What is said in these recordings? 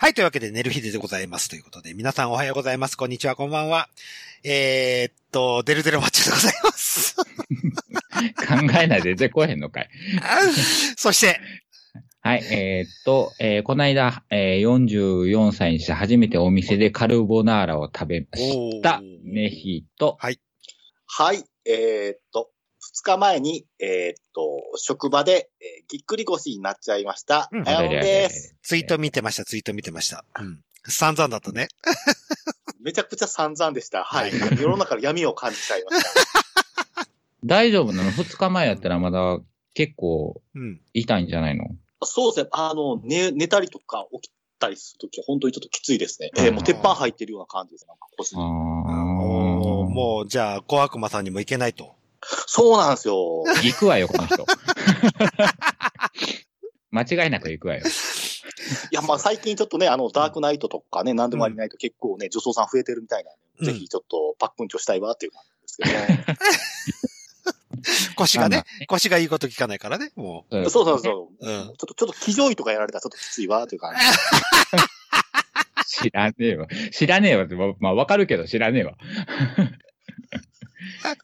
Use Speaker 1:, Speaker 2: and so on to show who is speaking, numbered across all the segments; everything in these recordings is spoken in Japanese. Speaker 1: はい、というわけで、寝る日でございます。ということで、皆さんおはようございます。こんにちは、こんばんは。えー、っと、デルデルマッチでござい ます。
Speaker 2: 考えないで出てこえへんのかい。
Speaker 1: そして、
Speaker 2: はい、えーっと、えーこの間、えー44歳にして初めてお店でカルボナーラを食べました
Speaker 1: おー。
Speaker 2: ネヒと、
Speaker 3: はい、えーっと、2日前に、えーっと、職場で、えーぎっくり腰になっちゃいました。
Speaker 1: うん
Speaker 3: あやおんです。
Speaker 1: ツイート見てました、ツイート見てました。うん。散々だったね。
Speaker 3: めちゃくちゃ散々でした。はい。世の中の闇を感じちゃいました。
Speaker 2: 大丈夫なの ?2 日前やったらまだ結構
Speaker 1: うん。
Speaker 2: 痛いんじゃないの
Speaker 3: そうですね。あの、寝、寝たりとか起きたりするときは本当にちょっときついですね。えーもう鉄板入ってるような感じです。なんか腰に
Speaker 2: あ
Speaker 1: おー
Speaker 2: あ。
Speaker 1: もう、じゃあ、小悪魔さんにもいけないと。
Speaker 3: そうなんですよ。
Speaker 2: う。行くわよ、この人。間違いなく行くわよ。
Speaker 3: いや、まあ最近ちょっとね、あの、ダークナイトとかね、何でもありないと結構ね、女装さん増えてるみたいなんで、
Speaker 1: うん
Speaker 3: ぜひちょっとパックンチョしたいわっていう感じですけどね。
Speaker 1: 腰が
Speaker 2: ま
Speaker 1: ね
Speaker 2: あ、
Speaker 1: 腰がいいこと聞かないからね、も
Speaker 2: まあ
Speaker 3: そうそう
Speaker 2: う。
Speaker 3: そう。
Speaker 1: う。うん。
Speaker 3: ちょっと、ちょっと、気乗位とかやられたらちょっときついわ、と いう感じ。
Speaker 2: 知らねえわ。知らねえわって、ままあわかるけど知らねえわ。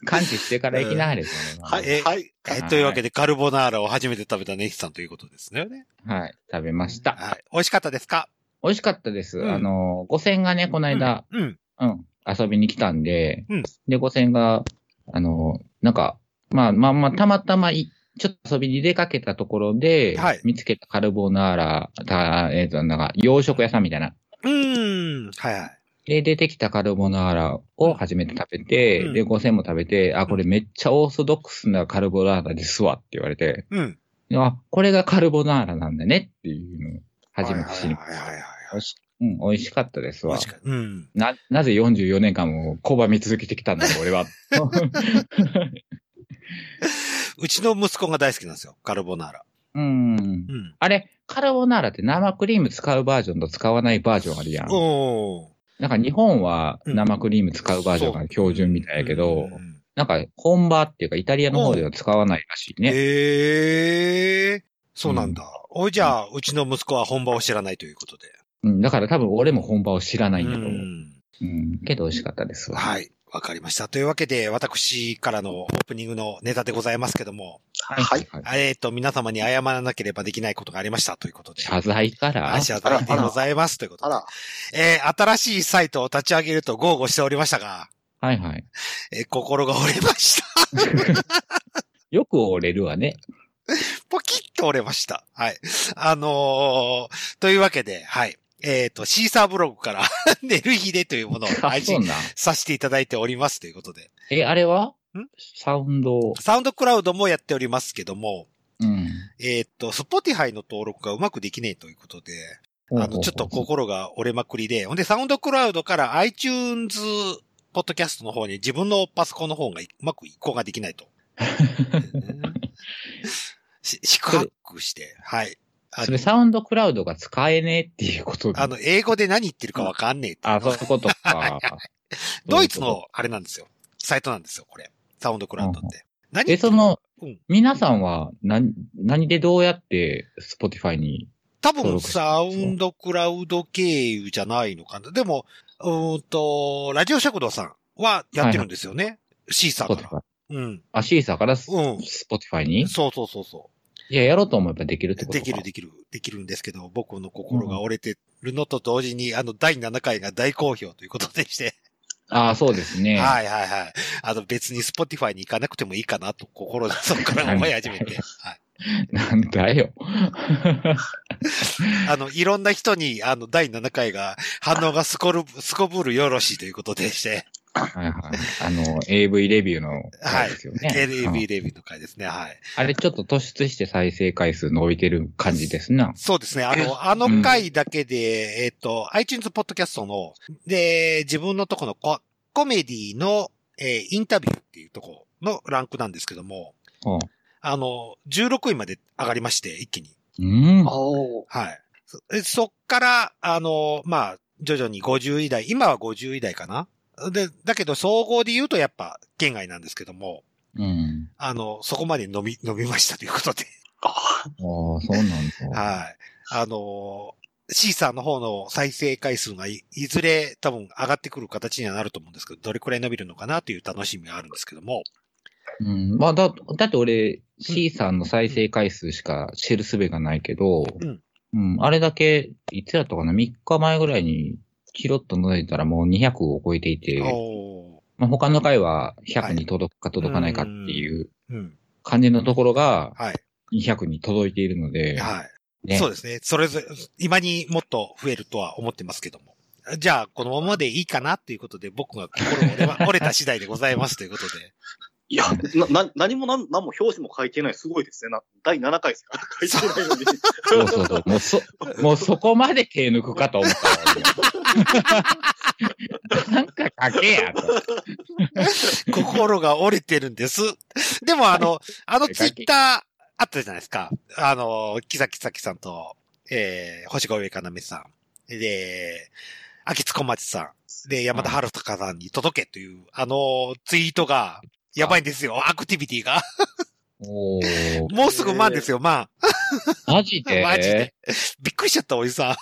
Speaker 2: 感知してから行きなはれですよね。まあ
Speaker 3: は
Speaker 1: え
Speaker 3: い、はい。
Speaker 1: え、というわけで、カルボナーラを初めて食べたネヒさんということですよね。
Speaker 2: はい、食べました。
Speaker 1: はい。美味しかったですか
Speaker 2: 美味しかったです。
Speaker 1: うん
Speaker 2: あの、五千がね、この間、
Speaker 1: うん。
Speaker 2: うん、遊びに来たんで、
Speaker 1: うん
Speaker 2: で、五千が、あの、なんか、まあまあまあ、たまたまい、ちょっと遊びに出かけたところで、
Speaker 1: はい
Speaker 2: 見つけたカルボナーラ、たえっ、と、なんか、洋食屋さんみたいな。
Speaker 1: うーん。はいはい。
Speaker 2: で、出てきたカルボナーラを初めて食べて、
Speaker 1: うん
Speaker 2: で、五千も食べて、あ、これめっちゃオーソドックスなカルボナーラですわって言われて、
Speaker 1: うん。
Speaker 2: あ、これがカルボナーラなんだねっていうのを初めて知りました
Speaker 1: はいはいはいはいはい。
Speaker 2: 美味しうん、美味しかったですわ
Speaker 1: 確。かに。うん。
Speaker 2: な、なぜ44年間も拒み続けてきたんだろう、俺は。
Speaker 1: うちの息子が大好きなんですよ、カルボナーラ。
Speaker 2: うん
Speaker 1: う。ん。
Speaker 2: あれ、カルボナーラって生クリーム使うバージョンと使わないバージョンあるやん。
Speaker 1: おー。
Speaker 2: なんか日本は
Speaker 1: うん
Speaker 2: 生クリーム使うバージョンが標準みたいやけど、なんか本場っていうかイタリアの方では使わないらしいね。
Speaker 1: ええー、そうなんだ。おいじゃあ、うちの息子は本場を知らないということで。
Speaker 2: うん、だから多分俺も本場を知らないんだ
Speaker 1: う
Speaker 2: と思う。
Speaker 1: ん
Speaker 2: うん。けど美味しかったですわ。い。
Speaker 1: はい。わかりました。というわけで、私からのオープニングのネタでございますけども、
Speaker 3: はい。
Speaker 2: はい。
Speaker 1: えっ、と、皆様に謝らなければできないことがありましたということで。
Speaker 2: 謝罪から
Speaker 1: あ謝罪でございますということ
Speaker 3: あ
Speaker 1: で
Speaker 3: ら、。
Speaker 1: えー新しいサイトを立ち上げると豪語しておりましたが、
Speaker 2: はいはい。
Speaker 1: えー心が折れました。
Speaker 2: よく折れる わね。
Speaker 1: ポキッと折れました。はい。あのーというわけで、はい。えっ、と、シーサーブログから、 寝る日でというものを
Speaker 2: あ、
Speaker 1: 配
Speaker 2: そう
Speaker 1: 信
Speaker 2: なん。
Speaker 1: させていただいておりますということで。
Speaker 2: え、あれは
Speaker 1: ん
Speaker 2: サウンド。
Speaker 1: サウンドクラウドもやっておりますけども、
Speaker 2: うん。
Speaker 1: えーっと、スポティハイの登録がうまくできねえということで、あの、ちょっと心が折れまくりで、ほんで、サウンドクラウドから iTunes ポッドキャストの方に自分のパソコンの方がうまく移行ができない と。し、四苦八苦して、はい。あ
Speaker 2: そ
Speaker 1: の
Speaker 2: れ、サウンドクラウドが使えねえっていうことで
Speaker 1: あの、英語で何言ってるかわかんねえって
Speaker 2: あ、そういうことか。
Speaker 1: ドイツの、あれなんですよ。サイトなんですよ、これ。サウンドクラウドって。何言
Speaker 2: え、
Speaker 1: って
Speaker 2: そ
Speaker 1: る
Speaker 2: の
Speaker 1: うん、
Speaker 2: 皆さんは、何、何でどうやって、スポティファイに、
Speaker 1: 多
Speaker 2: 登
Speaker 1: 分、
Speaker 2: 録して
Speaker 1: サウンドクラウド経由じゃないのかな。でも、うーんと、ラジオ食堂さんはやってるんですよね。シーサ
Speaker 2: スポ
Speaker 1: ー
Speaker 2: ティ
Speaker 1: か
Speaker 2: ファイ。
Speaker 1: ら。うん。
Speaker 2: あ、シーサーからス、
Speaker 1: うん
Speaker 2: スポティファイに
Speaker 1: そうそうそうそ
Speaker 2: いや、やろうと思えばできるって
Speaker 1: う。
Speaker 2: こ
Speaker 1: で
Speaker 2: とか。
Speaker 1: きる、できる、できるんですけど、僕の心が折れてるのと同時に、あの、第7回が大好評ということでして、
Speaker 2: あ、そうですね。い。
Speaker 1: はいはいはい。あの、別に Spotify に行かなくてもいいかなと、心の底から思い始めて、はい。
Speaker 2: なんだよ。
Speaker 1: あの、いろんな人に、あの、第7回が、反応がすこる、すこぶるよろしいということでして、
Speaker 2: はいはい。あの、AV レビューの、
Speaker 1: はい
Speaker 2: ですよね。うん
Speaker 1: LAB レビューの回ですね。はい。
Speaker 2: あれ、ちょっと突出して再生回数伸びてる感じですな。
Speaker 1: そうですね。あの、あの回だけで、えっと、iTunes ポッドキャストの、で、自分のとこのココメディの、えーインタビューっていうとこのランクなんですけども、
Speaker 2: うん。
Speaker 1: あの、16位まで上がりまして、一気に。
Speaker 2: うん。
Speaker 3: お
Speaker 1: はい。そえそっから、あの、まあ、徐々に50位台、今は50位台かなで、だけど総合で言うとやっぱ、県外なんですけども、
Speaker 2: うん。
Speaker 1: あの、そこまで伸び、伸びましたということで。
Speaker 3: あ
Speaker 2: ああ、そうなんだ。
Speaker 1: はい。あのシーサーの方の再生回数がいいずれ多分上がってくる形にはなると思うんですけど、どれくらい伸びるのかなという楽しみがあるんですけども。
Speaker 2: うん、まあだ、だって俺、C さんの再生回数しか知るすべがないけど、
Speaker 1: うん
Speaker 2: うんあれだけ、いつやったかな、3日前ぐらいに、キロッと覗いたらもう200を超えていて、
Speaker 1: お
Speaker 2: まあ、他の回は
Speaker 1: は
Speaker 2: 100
Speaker 1: い
Speaker 2: に届くか届かないかっていう
Speaker 1: ーうん。
Speaker 2: 感じのところが
Speaker 1: はい。
Speaker 2: 200に届いているので、
Speaker 1: はい。
Speaker 2: ね
Speaker 1: そうですね。それぞれ、今にもっと増えるとは思ってますけども。じゃあ、このままでいいかなということで、僕が心折れま折れた次第でございますということで。
Speaker 3: いや、な、な、 何もなん、何も表紙も書いてない。すごいですね。な、第7回しか 書いてないのに。
Speaker 2: そうそうそう。も うそ、もうそこまで手抜くかと思ったわ。 なんか書けやと。
Speaker 1: 心が折れてるんです。でも、あの、あのツイッターあったじゃないですか。あの、木崎咲さんと、えー、星越上かなめさん。で、秋津小町さん。で、山田春隆さんに届けという、あの、ツイートが、やばいんですよ。アクティビティが。
Speaker 2: おー、
Speaker 1: もうすぐ満ですよ、満。
Speaker 2: マジで
Speaker 1: マジで。 びっくりしちゃった、おじさ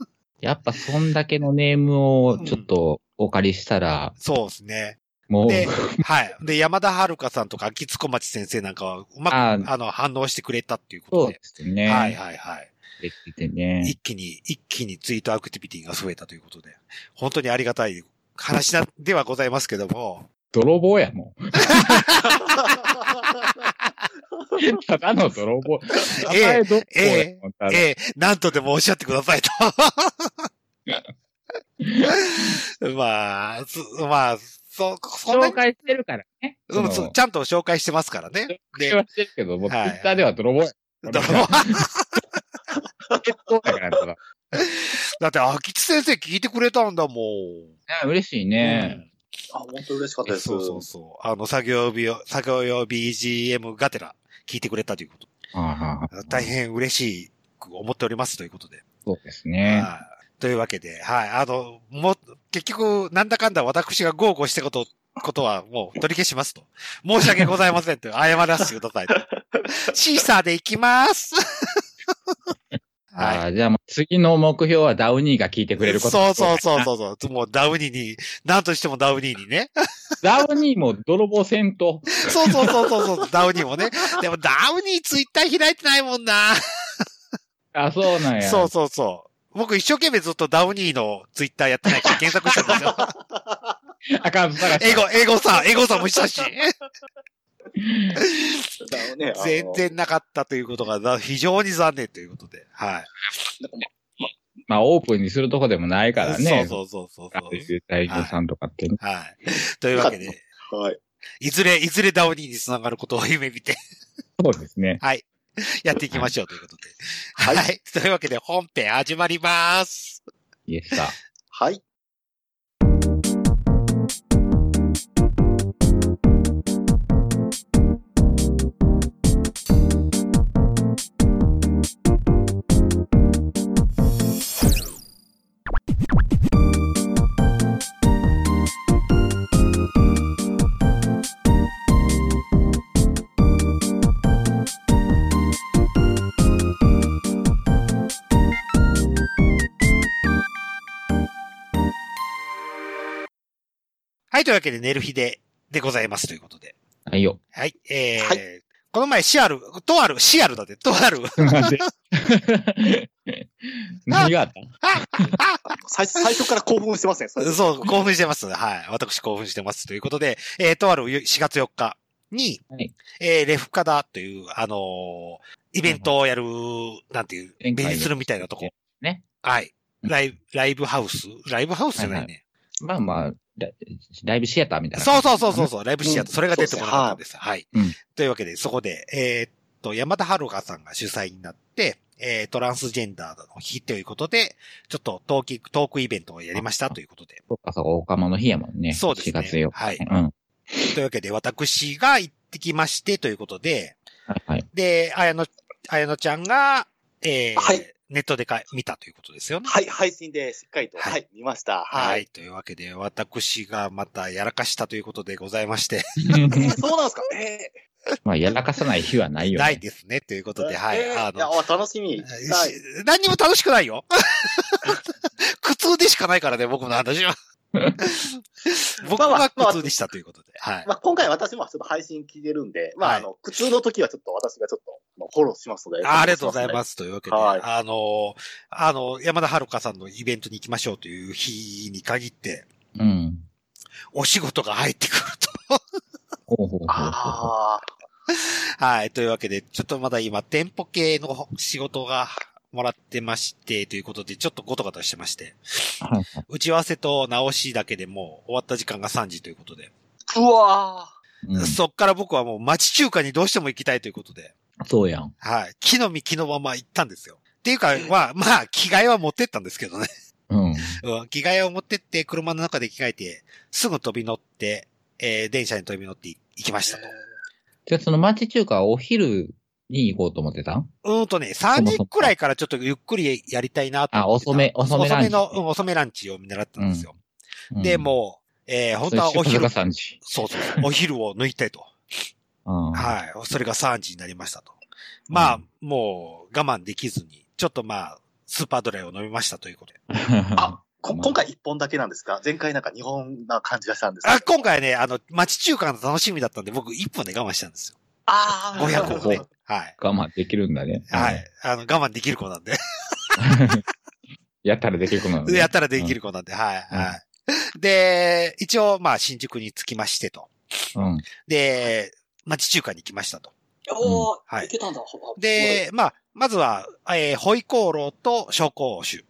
Speaker 1: ん。
Speaker 2: やっぱそんだけのネームをちょっとお借りしたら、
Speaker 1: そうですね。
Speaker 2: もう、
Speaker 1: で、はい。で、山田遥さんとか、秋津小町先生なんかは、うまく、
Speaker 2: あ
Speaker 1: あの、反応してくれたっていうこ
Speaker 2: そう
Speaker 1: と
Speaker 2: で
Speaker 1: で。
Speaker 2: すね。
Speaker 1: はいはいはい。
Speaker 2: できてね。
Speaker 1: 一気に、一気にツイートアクティビティが増えたということで、本当にありがたい話なではございますけども、
Speaker 2: 泥棒やもん。ただの泥棒。
Speaker 1: ええ
Speaker 2: 名前泥棒やもんただ
Speaker 1: ええ、なんとでもおっしゃってくださいと。 まあ、そまあ、そ、そんな
Speaker 2: 紹
Speaker 1: に、
Speaker 2: 介してるからね。
Speaker 1: うんそうちゃんと紹介してますからね。
Speaker 2: 紹介
Speaker 1: で、
Speaker 2: はしてるけど、もうツイ
Speaker 1: はい
Speaker 2: ッターでは泥棒や。
Speaker 1: だから
Speaker 2: そうだからただ。
Speaker 1: だって、秋津先生聞いてくれたんだもん。
Speaker 2: ね嬉しいね。
Speaker 3: あ、本当嬉しかったです。
Speaker 1: そうそうそう。あの、作業日を、作業用 BGM がてら聞いてくれたということ。
Speaker 2: はいはいはい
Speaker 1: 大変嬉しく思っておりますということで。
Speaker 2: そうですね。
Speaker 1: はい。というわけで、はい。あの、もう、結局、なんだかんだ私が豪語したこと、ことはもう取り消しますと。申し訳ございませんと、謝らせてくだ さいと。シーサーで行き ます。
Speaker 2: あーじゃあもう次の目標はダウニーが聞いてくれること。
Speaker 1: そうそうそうそうそう。もうダウニーに、なんとしてもダウニーにね。
Speaker 2: ダウニーも泥棒せんと。
Speaker 1: そうそうそうそうそう、ダウニーもね。でもダウニーツイッター開いてないもんな。
Speaker 2: あ、そうなんや。
Speaker 1: そうそうそう。僕一生懸命ずっとダウニーのツイッターやってないから検索してたんですよ。
Speaker 2: アカウント探し。
Speaker 1: 英語、英語さん、英語さんもしたし。
Speaker 3: だよね。あの
Speaker 1: 全。然なかったということがざ非常に残念ということで。はい。
Speaker 3: なんか
Speaker 2: まあ、オープンにするとこでもないからね。
Speaker 1: そうそうそうそう
Speaker 2: ああい
Speaker 1: そう。
Speaker 2: う大工さんとかってね。
Speaker 1: はい。というわけで、
Speaker 3: まはい。
Speaker 1: いずれ、いずれダウニーにつながることを夢見て
Speaker 2: そうですね。
Speaker 1: やっていきましょうということで。はい。というわけで本編始まります。
Speaker 2: イエスだ。
Speaker 3: はい。
Speaker 1: はい。というわけで、寝る日で、でございますということで。
Speaker 2: は いよ。
Speaker 1: はい。えー
Speaker 3: は
Speaker 1: この前、シアル、とある、シアルだって、とある、
Speaker 2: なんで何があった
Speaker 3: 最最初から興奮してますね。それ
Speaker 1: そう、 興奮してます。はい。私興奮してます。ということで、えーとある4月4日に、
Speaker 2: はい
Speaker 1: えーレフカダという、あのーイベントをやる、なんていう、
Speaker 2: 前
Speaker 1: ベ
Speaker 2: 回
Speaker 1: ニスルみたいなとこ。
Speaker 2: ね。
Speaker 1: はい。ライブ、ライブハウスライブハウスじゃないね。
Speaker 2: まあまあ、ラライブシアターみたいな。
Speaker 1: そうそうそうそうそう、ライブシアター、
Speaker 3: うん
Speaker 1: それが出てこなかったんです。はい。
Speaker 2: うん
Speaker 1: というわけで、そこで、えーっと、山田春香さんが主催になって、えートランスジェンダーの日ということで、ちょっとトーク、トークイベントをやりましたということで。
Speaker 2: そうか、そうか、オカマの日やもんね。
Speaker 1: そうですね
Speaker 2: 4月4日。
Speaker 1: はい
Speaker 2: うん。
Speaker 1: というわけで、私が行ってきましてということで、
Speaker 2: はい はい。
Speaker 1: で、あやの、あやのちゃんが、えー
Speaker 3: はい
Speaker 1: ネットでか見たということですよね。
Speaker 3: はい、配信でしっかりと、
Speaker 1: はい
Speaker 3: はい、見ました。
Speaker 1: は。
Speaker 3: はいい。
Speaker 1: というわけで、私がまたやらかしたということでございまして。
Speaker 3: そうなんですかええ
Speaker 2: まあ、やらかさない日はないよ、ね。
Speaker 1: ないですね、ということで、はい。
Speaker 3: えー
Speaker 1: あ
Speaker 3: いや、
Speaker 1: の、
Speaker 3: お楽しみ。はい。
Speaker 1: し何にも楽しくないよ。 苦痛でしかないからね、僕の話 は。僕
Speaker 3: まあま
Speaker 1: は
Speaker 3: あまあ
Speaker 1: 苦痛でしたということで。はい。
Speaker 3: まあ、今回私もちょっと配信聞いてるんで、まあ、
Speaker 1: はい
Speaker 3: あの、苦痛の時はちょっと私がちょっとまあフォローしますので。
Speaker 1: あありがとうござい
Speaker 3: す。
Speaker 1: ます。というわけで、
Speaker 3: はい
Speaker 1: あの、あの、山田遥さんのイベントに行きましょうという日に限って、
Speaker 2: うん。
Speaker 1: お仕事が入ってくると。
Speaker 2: ほうほうほうほう。
Speaker 3: ああ、
Speaker 1: はい。というわけで、ちょっとまだ今、店舗系の仕事がもらってまして、ということで、ちょっとごとごとしてまして、
Speaker 2: はいは
Speaker 1: 打ち合わせと直しだけでもう終わった時間が3時ということで、
Speaker 3: うわ
Speaker 2: いうん
Speaker 1: そっから僕はもう町中華にどうしても行きたいということで、
Speaker 2: そうやん。
Speaker 1: はい。木の実木のまま行ったんですよ。っていうか、まあ、まあ、着替えは持ってったんですけどね。
Speaker 2: うん。
Speaker 1: うん着替えを持ってって、車の中で着替えて、すぐ飛び乗って、えー電車に飛び乗ってい行きましたと。
Speaker 2: じゃあ、その町中華はお昼に行こうと思ってたん
Speaker 1: うーんとね、3時くらいからちょっとゆっくりやりたいなと思ってた
Speaker 2: あ遅め遅めラ
Speaker 1: 遅め
Speaker 2: ンチ
Speaker 1: の、うん遅めランチを見習ったんですよ。
Speaker 2: うん
Speaker 1: で、もう、えー本当はお
Speaker 2: それ出
Speaker 1: 昼、
Speaker 2: 荷
Speaker 1: そう
Speaker 2: さんち
Speaker 1: そうそう、お昼を抜いてと。
Speaker 2: うん。
Speaker 1: はい。それが3時になりましたと。まあ、
Speaker 2: うん
Speaker 1: もう我慢できずに、ちょっとまあ、スーパードライを飲みましたということで。
Speaker 3: あこ
Speaker 2: まあ
Speaker 3: 今回一本だけなんですか前回なんか日本な感じがしたんですけど
Speaker 1: あ、今。回ね、あの、町中華の楽しみだったんで、僕1本で我慢したんですよ。
Speaker 3: ああ、
Speaker 1: 500をね。はい。
Speaker 2: 我慢できるんだね。
Speaker 1: はい。あの、我慢できる子なんで。
Speaker 2: やったらできる子なの ね。
Speaker 1: やったらできる子なんで、はい、
Speaker 2: うん
Speaker 1: はい。で、一応、まあ、新宿に着きましてと。
Speaker 2: うん。
Speaker 1: で、町中華に来ましたと。
Speaker 3: おー、
Speaker 1: はい
Speaker 3: いけたんだ。
Speaker 1: で、まあ、まずは、えー、ホイコーローと小甲酒。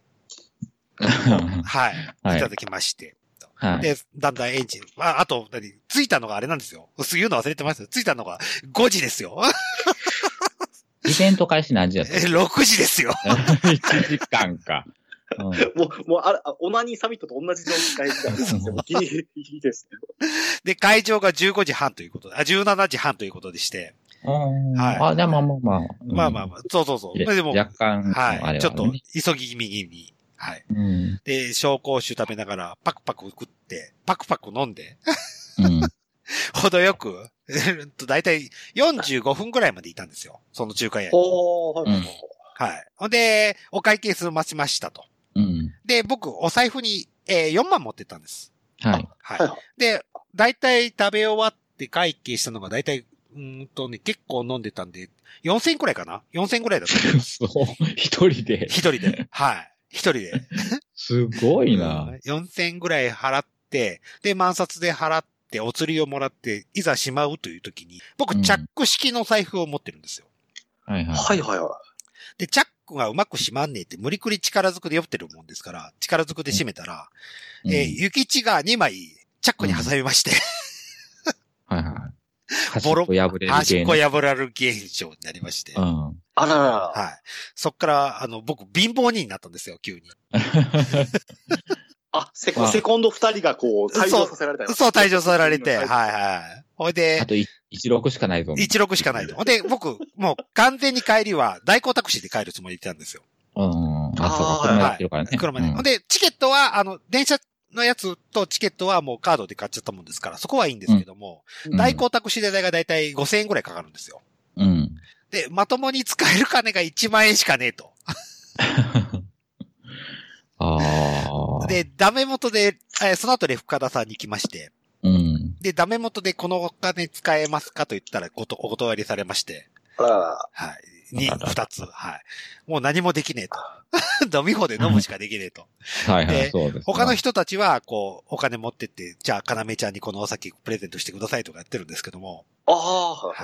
Speaker 1: はい。
Speaker 2: はい
Speaker 1: いただきまして。
Speaker 2: はい。
Speaker 1: で、だんだんエンジン。ああと、何着いたのがあれなんですよ。す言うの忘れてますよ。着いたのが5時ですよ。
Speaker 2: イベント開始何時やっ
Speaker 1: え6時ですよ。
Speaker 2: た ?1 時間か。うん
Speaker 3: もう、もう、あれ、あオナニーサミットと同じ状態みたいな。ギリギリですね。
Speaker 1: で、会場が15時半ということで、あ、17時半ということでして。
Speaker 2: うん
Speaker 1: はい
Speaker 2: あ、じゃあまあまあまあ。うん
Speaker 1: まあまあまあ、そうそうそう。
Speaker 2: いや
Speaker 1: でも、
Speaker 2: 若干、あ
Speaker 1: は
Speaker 2: れ
Speaker 1: い。
Speaker 2: は
Speaker 1: ちょっと
Speaker 2: ね、
Speaker 1: 急ぎ気味に。はい。
Speaker 2: うん。
Speaker 1: で、紹興酒食べながら、パクパク食って、パクパク飲んで、
Speaker 2: うん。
Speaker 1: 程よく、 えっと、だいたい45分ぐらいまでいたんですよ。その中華屋に。
Speaker 3: おー、はいはいはい
Speaker 1: はい。ほんで、お会計済ましましたと。
Speaker 2: うん。
Speaker 1: で、僕、お財布に、えー4万持ってったんです。
Speaker 2: はい。
Speaker 1: はい。
Speaker 3: はいはい
Speaker 1: で、だいたい食べ終わって会計したのが、だいたいうーんとね、結構飲んでたんで、4000くらいかな ?4000 くらいだった。
Speaker 2: そう。一人で。
Speaker 1: 一人で。はい。一人で。
Speaker 2: すごい
Speaker 1: う
Speaker 2: な。
Speaker 1: ん4000ぐらい払って、で、万札で払って、お釣りをもらって、いざしまうという時に、僕、
Speaker 2: うん
Speaker 1: チャック式の財布を持ってるんですよ。
Speaker 2: はいはい。
Speaker 3: はいはいは
Speaker 1: で、チャックがうまく閉まんねえって、無理くり力ずくで酔ってるもんですから、力ずくで閉めたら、えー、ゆきちが2枚、チャックに挟みまして、
Speaker 2: うんはいはい。端っ
Speaker 1: ボロ
Speaker 2: こ破れ る
Speaker 1: 端
Speaker 2: 系
Speaker 1: っ
Speaker 2: の
Speaker 1: こ。破られる現象になりまして、はい。
Speaker 2: うん。
Speaker 3: あららら。
Speaker 1: そっから、あの、僕、貧乏人になったんですよ、 急に。
Speaker 3: あ、セ
Speaker 2: ま
Speaker 3: コ
Speaker 2: あ
Speaker 3: セコンド二人がこう、退場させられたよ
Speaker 1: そう、退場され て、はい
Speaker 3: い。
Speaker 1: はい。ほいで
Speaker 2: あ、とい16しかないぞ。
Speaker 1: 16しか ないと。ほんで、僕、もう完全に帰りは代行タクシーで帰るつもりでいたんですよ。
Speaker 2: うん。あ、そうか
Speaker 3: あー。
Speaker 2: 車やってるからね。
Speaker 1: 車で。
Speaker 2: うん
Speaker 1: ほんで、チケットは、あの、電車のやつとチケットはもうカードで買っちゃったもんですから、そこはいいんですけども、
Speaker 2: うん
Speaker 1: 代行タクシー代がだいたい5000円ぐらいかかるんですよ。
Speaker 2: うん。
Speaker 1: で、まともに使える金が1万円しかねえと。
Speaker 2: あ あ。、
Speaker 1: で、ダメ元で、えーその後レフカダさんに来まして、
Speaker 2: うん。
Speaker 1: で、ダメ元でこのお金使えますかと言ったらごと、お断りされまして、
Speaker 3: あららら。
Speaker 1: はい。に、
Speaker 2: あらら
Speaker 1: 二つ、はい。もう何もできねえと。飲 み放で飲むしかできねえと。
Speaker 2: はいは
Speaker 1: で
Speaker 2: い、そうです。
Speaker 1: 他 の人たちは、こう、お金持ってって、じゃあ、かなめちゃんにこのお酒プレゼントしてくださいとかやってるんですけども、
Speaker 3: ああ、
Speaker 1: はい。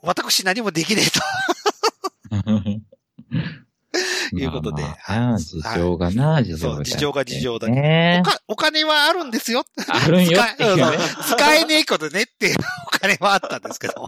Speaker 1: 私何もできねということで
Speaker 2: まあまあ事情がな、事情が。
Speaker 1: そう事情が事情だけどえ
Speaker 2: ね
Speaker 1: と。おかお金はあるんですよ。
Speaker 2: あるんよっていうね
Speaker 1: 使えうん使えねえことねっていうお金はあったんですけど。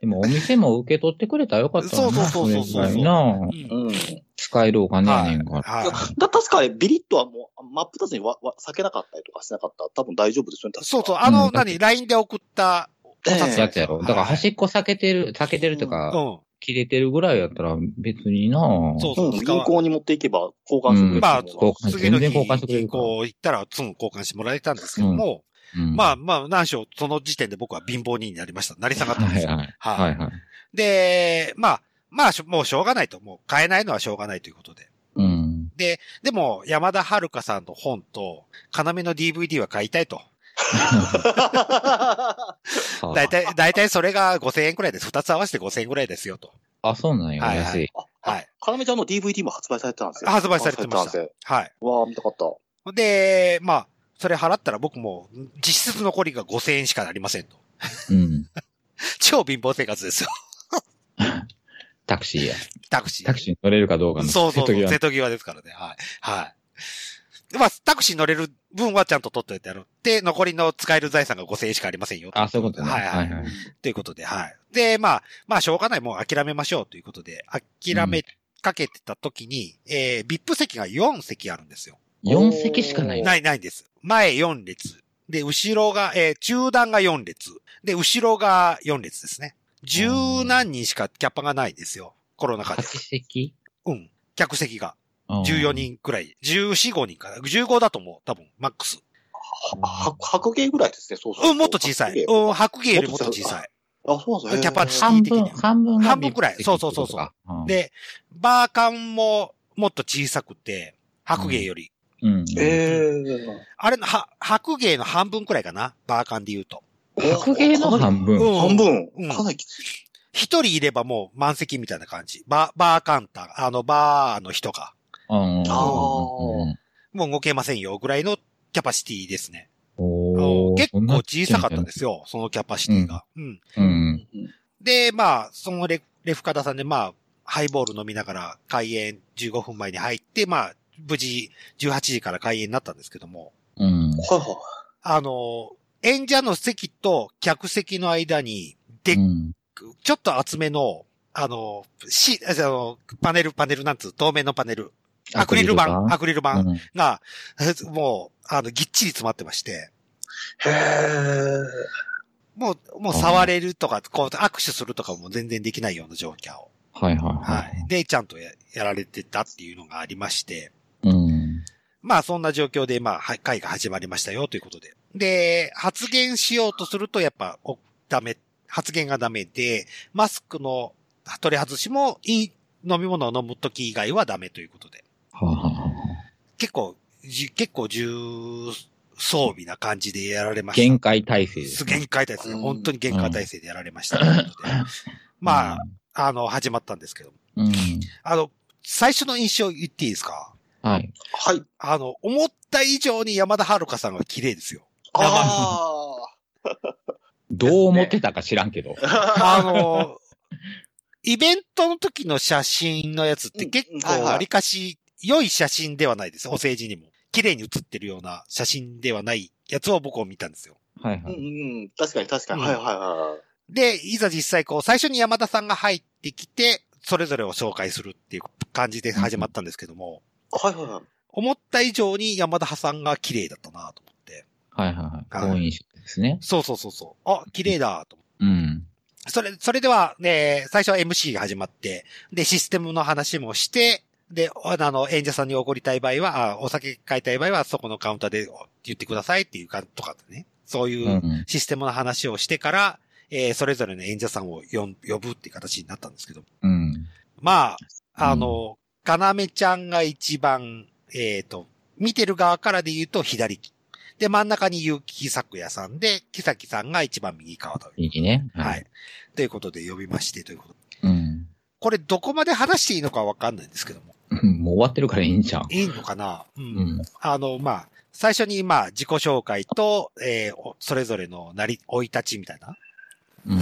Speaker 2: でもお店も受け取ってくれたらよかったな
Speaker 1: そうそうそうそうそう
Speaker 2: れぐらいな
Speaker 1: うん
Speaker 3: うん。
Speaker 2: 使えるお金やねんから。
Speaker 1: はいはい
Speaker 3: だ確かにビリッとはもう真っ二つにわわ避けなかったりとかしなかったら多分大丈夫ですよね。確か
Speaker 1: そうそう、あの、
Speaker 2: うん
Speaker 1: 何、LINE で送った、お札
Speaker 3: ええ
Speaker 2: やつやろ。だから
Speaker 1: はい
Speaker 2: 端っこ避けてる、避けてると
Speaker 1: う
Speaker 2: か、
Speaker 1: ん。
Speaker 2: 切れてるぐらいやったら別にな。
Speaker 1: そう
Speaker 3: う
Speaker 1: そう。
Speaker 3: ん、銀行に持っていけば交換してくれる
Speaker 2: うん
Speaker 1: まあ
Speaker 3: と思う
Speaker 2: 交換
Speaker 1: 次の日、
Speaker 2: 全然交換してくれるから
Speaker 1: こう行ったら、すぐ交換してもらえたんですけども、
Speaker 2: うん
Speaker 1: まあまあ、何しろその時点で僕は貧乏人になりました。成り下が ったん
Speaker 2: は
Speaker 1: です
Speaker 2: い
Speaker 1: よ。
Speaker 2: はい。
Speaker 1: は。
Speaker 2: はいいはい。
Speaker 1: で、まあ、まあ、しょもうしょうがないと。もう買えないのはしょうがないということで。
Speaker 2: うん。
Speaker 1: で、でも、山田遥さんの本と、要の DVD は買いたいと。 だいたい、だいたいそれが5000円くらいです。2つ合わせて5000円くらいですよと。
Speaker 2: あ、そうなんや、
Speaker 1: はいはい
Speaker 2: 安い。
Speaker 1: は
Speaker 3: はいい。かなめちゃんの DVD も発売されてたんですよ。
Speaker 1: あ発売されてました
Speaker 3: 発売されて
Speaker 1: はい。
Speaker 3: たんですよわあ、見たかった。
Speaker 1: で、まあ、それ払ったら僕も、実質残りが5000円しかなりませんと。
Speaker 2: うん。
Speaker 1: 超貧乏生活ですよ。
Speaker 2: タクシーや。
Speaker 1: タクシー。
Speaker 2: タクシーに乗れるかどうかの
Speaker 1: そうそう
Speaker 2: 瀬戸
Speaker 1: そう、
Speaker 2: 際
Speaker 1: 瀬戸際ですからね。はい。はい。まあ、タクシー乗れる分はちゃんと取っといてやろう。で、残りの使える財産が5000円しかありませんよ。
Speaker 2: あ、そういうことね。
Speaker 1: はいはい
Speaker 2: はい。
Speaker 1: ということで、はい。で、まあ、まあ、しょうがない、もう諦めましょうということで、諦めかけてた時に、えー、VIP 席が4席あるんですよ。
Speaker 2: 4席しかない。
Speaker 1: ない、ないんです。前4列。で、後ろが、えー、中段が4列。で、後ろが4列ですね。十何人しかキャッパがないんですよ。コロナ禍で。
Speaker 2: 8席
Speaker 1: うん。客席が。14。人くらい。14、5人かな。15だと思う。多分、マックス。
Speaker 3: はは白芸ぐらいですね、そうそう。
Speaker 1: うん、もっと小さい。うん、白芸よりもっと小さい。
Speaker 3: あ、そうなんですね。
Speaker 1: キャパシ
Speaker 2: 半
Speaker 1: 的に
Speaker 2: 分、半分が
Speaker 1: 半分くらい
Speaker 2: VIP
Speaker 1: そうそうそうそう
Speaker 2: ってことか。
Speaker 1: で、バーカンももっと小さくて、白芸より。
Speaker 2: うん。うん。
Speaker 3: え
Speaker 1: あれの、は、白芸の半分くらいかなバーカンで言うと。
Speaker 3: え
Speaker 2: 白芸の半分。
Speaker 1: うん
Speaker 3: 半分
Speaker 1: うん
Speaker 3: かなりきつい。
Speaker 1: 一人いればもう満席みたいな感じ。バー、バーカンター、あの、バーの人が、
Speaker 2: うん。
Speaker 3: あ
Speaker 2: うん
Speaker 1: もう動けませんよ、ぐらいのキャパシティですね。
Speaker 2: おー
Speaker 1: 結
Speaker 2: そんな
Speaker 1: 構小さかったんですよ、そのキャパシティが。うん。
Speaker 2: うん。
Speaker 1: で、まあ、そのレレフカダさんで、まあ、ハイボール飲みながら開演15分前に入って、まあ、無事18時から開演になったんですけども、
Speaker 2: うん。
Speaker 3: はいはい。
Speaker 1: あの、演者の席と客席の間に、でっ
Speaker 2: うん
Speaker 1: ちょっと厚めの、あの、し、あの、パネル、パネルなんつう、透明のパネル。アクリル板、アクリル板
Speaker 2: うん
Speaker 1: が、もう、あの、ぎっちり詰まってまして、
Speaker 3: へえ。
Speaker 1: もう、もう触れるとか、こう、握手するとかも全然できないような状況を。
Speaker 2: はいはいは
Speaker 1: はい。で、ちゃんとややられてたっていうのがありまして、
Speaker 2: い。うん。
Speaker 1: まあそんな状況で、まあは会が始まりましたよということで。で、発言しようとするとやっぱおダメ、発言がダメで、マスクの取り外しもいい飲み物を飲むとき以外はダメということで。
Speaker 2: はあはあはあ
Speaker 1: 結構、じ結構重装備な感じでやられました。
Speaker 2: 限界体制です
Speaker 1: す
Speaker 2: ね。
Speaker 1: 限界体制ですね。
Speaker 3: うん
Speaker 1: 本当に限界体制でやられま したということで。まあ、あの、始まったんですけど。
Speaker 2: うん。うん。
Speaker 1: あの、最初の印象言っていいですか
Speaker 2: はい。
Speaker 3: はい。
Speaker 1: あの、思った以上に山田遥さんが綺麗ですよ。
Speaker 3: あ
Speaker 2: どう思ってたか知らんけど。
Speaker 3: あ。
Speaker 1: あの、イベントの時の写真のやつって結
Speaker 3: うんはい
Speaker 1: 構
Speaker 3: はい
Speaker 1: わりかし良い写真ではないです。お世辞にも。綺麗に写ってるような写真ではないやつを僕を見たんですよ。
Speaker 2: はいは
Speaker 3: うんう
Speaker 2: い。
Speaker 3: ん。確かに確かに。はいはいはい。
Speaker 1: で、いざ実際こう、最初に山田さんが入ってきて、それぞれを紹介するっていう感じで始まったんですけども、
Speaker 3: はいはいはい。
Speaker 1: 思った以上に山田さんが綺麗だったなと思って。
Speaker 2: はいはいはい。好印象ですね。
Speaker 1: そうそうそうそう。あ、綺麗だと思って
Speaker 2: うん。
Speaker 1: それ、それでは、ね、最初は MC が始まって、で、システムの話もして、で、ああの、演者さんにおごりたい場合は、あお酒買いたい場合は、そこのカウンターでお言ってくださいっていうか、とかね。そう
Speaker 2: う。
Speaker 1: いうんシステムの話をしてから、えーそれぞれの演者さんを呼ん呼ぶっていう形になったんですけど。
Speaker 2: うん。
Speaker 1: まあ、あの、かなめちゃんが一番、えっ、と、見てる側からで言うと左利き。で、真ん中に結城作也さんで、木崎さんが一番右側という。
Speaker 2: いいね。
Speaker 1: は。い。ということで呼びまして、ということで。
Speaker 2: うん。
Speaker 1: これどこまで話していいのかわかんないんですけども。
Speaker 2: もう終わってるからいいんじゃん。
Speaker 1: いいのかなうん。
Speaker 2: うん。
Speaker 1: あの、まあ、最初に、まあ、自己紹介と、えーおそれぞれのなり、生い立ちみたいな。
Speaker 2: うん。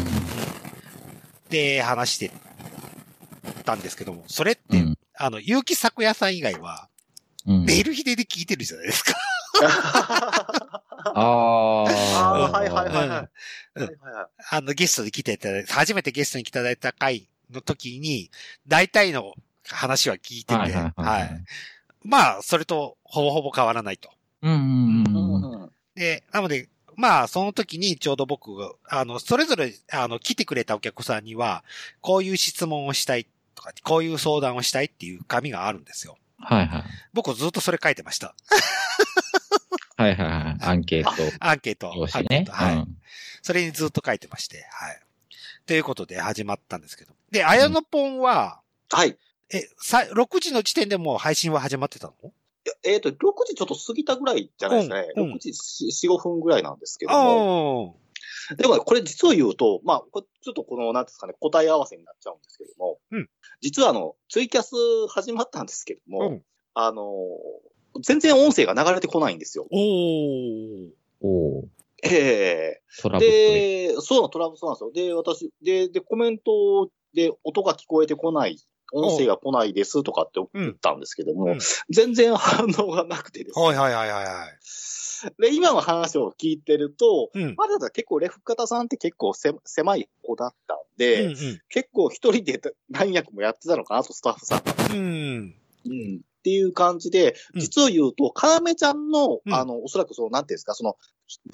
Speaker 1: で、話してたんですけども、それって、
Speaker 2: うん。
Speaker 1: あの、結城作也さん以外は、
Speaker 2: うん
Speaker 1: メールヒデで聞いてるじゃないですか。
Speaker 2: あ
Speaker 3: あ
Speaker 2: あ
Speaker 3: あー、はいはいは
Speaker 1: うん
Speaker 3: いはい。はいはいはい
Speaker 1: あの、ゲストで来ていただいた、初めてゲストに来ていただいた回の時に、大体の話は聞いてて、
Speaker 2: はいはいはい
Speaker 1: はい。まあ、それとほぼほぼ変わらないと。
Speaker 2: うんう
Speaker 3: う
Speaker 2: う
Speaker 3: ん
Speaker 2: んうん。
Speaker 3: んうん
Speaker 1: で、なので、まあ、その時にちょうど僕が、あの、それぞれ、あの、来てくれたお客さんには、こういう質問をしたいとか、こういう相談をしたいっていう紙があるんですよ。
Speaker 2: はいはい。
Speaker 1: 僕ずっとそれ書いてました。
Speaker 2: はいはいはい。アンケート
Speaker 1: アンケート。
Speaker 2: 用
Speaker 1: アン
Speaker 2: 紙
Speaker 1: ケー
Speaker 2: ね。
Speaker 1: トはい。
Speaker 2: うん
Speaker 1: それにずっと書いてまして、はい。ということで始まったんですけど。で、あやのぽんは、
Speaker 3: はい。
Speaker 1: え、さ、6時の時点でもう配信は始まってたの
Speaker 3: えっ、と、6時ちょっと過ぎたぐらいじゃないですかね。
Speaker 1: うんうん
Speaker 3: 6時4、5分ぐらいなんですけども。
Speaker 1: あ
Speaker 3: でも、これ実を言うと、まあ、こちょっとこの、なんですかね、答え合わせになっちゃうんですけども。
Speaker 1: うん
Speaker 3: 実はあの、ツイキャス始まったんですけど
Speaker 1: あ。
Speaker 3: も、
Speaker 1: うん。
Speaker 3: あのー、全然音声が流れてこないんですよ。
Speaker 1: おー。
Speaker 2: おー
Speaker 3: ええ
Speaker 2: トラブル取れ。
Speaker 3: で、そう、トラブルそうなんですよ。で、私、で、で、コメントで音が聞こえてこない、音声が来ないですとかって送ったんですけども、
Speaker 1: うんうん
Speaker 3: 全然反応がなくてで
Speaker 1: はいはいはいはいは
Speaker 3: すね。で、今の話を聞いてると、
Speaker 1: い。うん。
Speaker 3: まだだ結構レフ方さんって結構せ狭い子だったん
Speaker 1: う
Speaker 3: で、
Speaker 1: ん
Speaker 3: 結構一人で何役もやってたのかなと、スタッフさんが。
Speaker 1: うん。うん。
Speaker 3: うんっていう感じで、
Speaker 1: うん
Speaker 3: 実を言うと、カーメちゃんの、
Speaker 1: うん
Speaker 3: あの、おそらくその、なんていうんですか、その、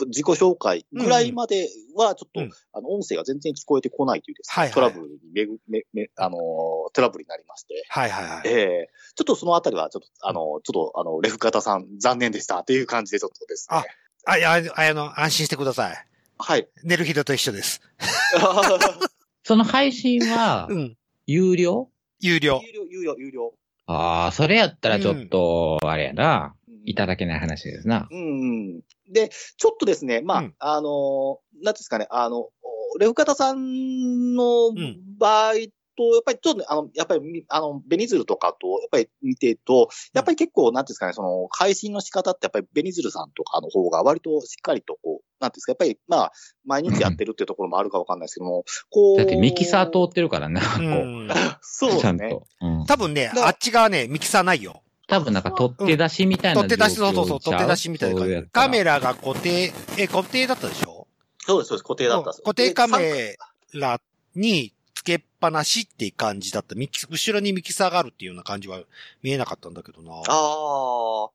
Speaker 3: 自己紹介ぐらいまでは、ちょっと、
Speaker 1: うん
Speaker 3: あの、音声が全然聞こえてこないというですね、
Speaker 1: はいはい
Speaker 3: トラブルにめぐ、め、め、あのー、トラブルになりまして、
Speaker 1: はいはいはい。
Speaker 3: ええちょっとそのあたりは、ちょっと、あのー、ちょっと、あの、レフ方さん、残念でした、という感じで、ちょっとですね。
Speaker 1: あ、いや、あやの、安心してください。
Speaker 3: はい。
Speaker 1: 寝る日だと一緒です。
Speaker 2: その配信は、
Speaker 1: ん。
Speaker 2: 有料
Speaker 1: 有料。
Speaker 3: 有料、有料、有料。
Speaker 2: ああ、それやったらちょっと、あれやな、
Speaker 3: うん
Speaker 2: いただけない話ですな。
Speaker 3: うん。で、ちょっとですね、まあ、
Speaker 1: うん
Speaker 3: あの、なんていうんですかね、あの、レフ方さんの
Speaker 1: ん
Speaker 3: 場合と、やっぱりちょっとね、あの、やっぱりみ、あの、ベニズルとかと、やっぱり見てると、やっぱり結構、なんていうんですかね、その、配信の仕方って、やっぱりベニズルさんとかの方が割としっかりと、こう、なんていうんですか、やっぱり、まあ、毎日やってるっていうところもあるかわかんないですけども、こう。
Speaker 2: だってミキサー通ってるからな、こ
Speaker 1: う
Speaker 2: う。
Speaker 1: ん。
Speaker 3: そうで
Speaker 2: ちゃ
Speaker 3: す
Speaker 2: ん
Speaker 3: ね。
Speaker 2: と。うん
Speaker 1: 多分ね、
Speaker 3: だ
Speaker 1: あっち側ね、ミキサーないよ。
Speaker 2: 多分なんか取って出しみたいな
Speaker 1: 取っ
Speaker 2: 状況
Speaker 1: て
Speaker 2: ち
Speaker 1: 出し、そ
Speaker 2: ゃう。
Speaker 1: うそうそう、取って出しみたいな
Speaker 2: そう
Speaker 1: 感
Speaker 2: やっ
Speaker 1: じ。
Speaker 2: たら
Speaker 1: カメラが固定、え、固定だったでしょ
Speaker 3: そうです、そうです、固定だったんですよ。
Speaker 1: 固定カ
Speaker 3: で。
Speaker 1: メラにつけっぱなしって感じだった。ミキ後ろにミキサーがあるっていうような感じは見えなかったんだけどな。
Speaker 3: ああ。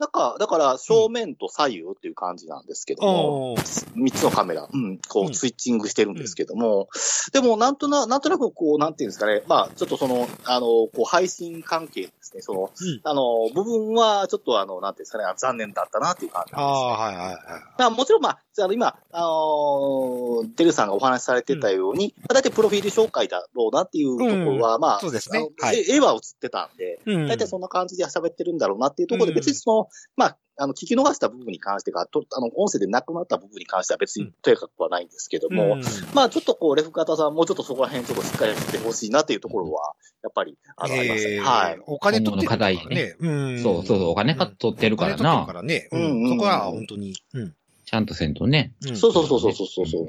Speaker 3: なんか、だから、正面と左右っていう感じなんですけども、
Speaker 1: おー
Speaker 3: 三つのカメラ、うん、こ
Speaker 1: うん
Speaker 3: う、スイッチングしてるんですけども、でも、なんとな、なんとなく、こう、なんていうんですかね、まあ、ちょっとその、あの、こう、配信関係ですね、その、
Speaker 1: うん
Speaker 3: あの、部分は、ちょっと、あの、なんていうんですかね、あ残念だったなっていう感じ
Speaker 1: あ
Speaker 3: なんです
Speaker 1: あ、
Speaker 3: ね。
Speaker 1: はいはいはい。
Speaker 3: まあ、もちろん、まあ、あの今、あのーデルさんがお話しされてたように、まあ大体プロフィール紹介だろうなっていうところは、まあ、
Speaker 1: そうですね
Speaker 3: あの
Speaker 1: はい
Speaker 3: 絵絵は映ってたんで、
Speaker 1: うん
Speaker 3: 大体そんな感じで喋ってるんだろうなっていうところで、
Speaker 1: うん
Speaker 3: 別にその、まあ、あの、聞き逃した部分に関してが、とあの、音声でなくなった部分に関しては別
Speaker 1: う
Speaker 3: に
Speaker 1: ん
Speaker 3: とやかくはないんですけども、
Speaker 1: うん
Speaker 3: まあ、ちょっとこう、レフ方さん、もうちょっとそこら辺ちょっとしっかりやってほしいなっていうところは、やっぱり、あの、あります
Speaker 1: え
Speaker 3: ね。
Speaker 1: ー
Speaker 3: はい。
Speaker 1: お金取ってるから
Speaker 2: 今後の課題
Speaker 1: ね。
Speaker 2: ね
Speaker 1: うん
Speaker 2: そうそうそう、お金か取ってるから
Speaker 1: お金取
Speaker 2: な
Speaker 1: ってる。からね。
Speaker 3: うんうん
Speaker 1: う
Speaker 3: う
Speaker 1: ん。
Speaker 3: ん
Speaker 1: そこは本当に。うん。
Speaker 2: ちゃんとせんとね。
Speaker 1: うん
Speaker 3: そうそうそうそうそうそう。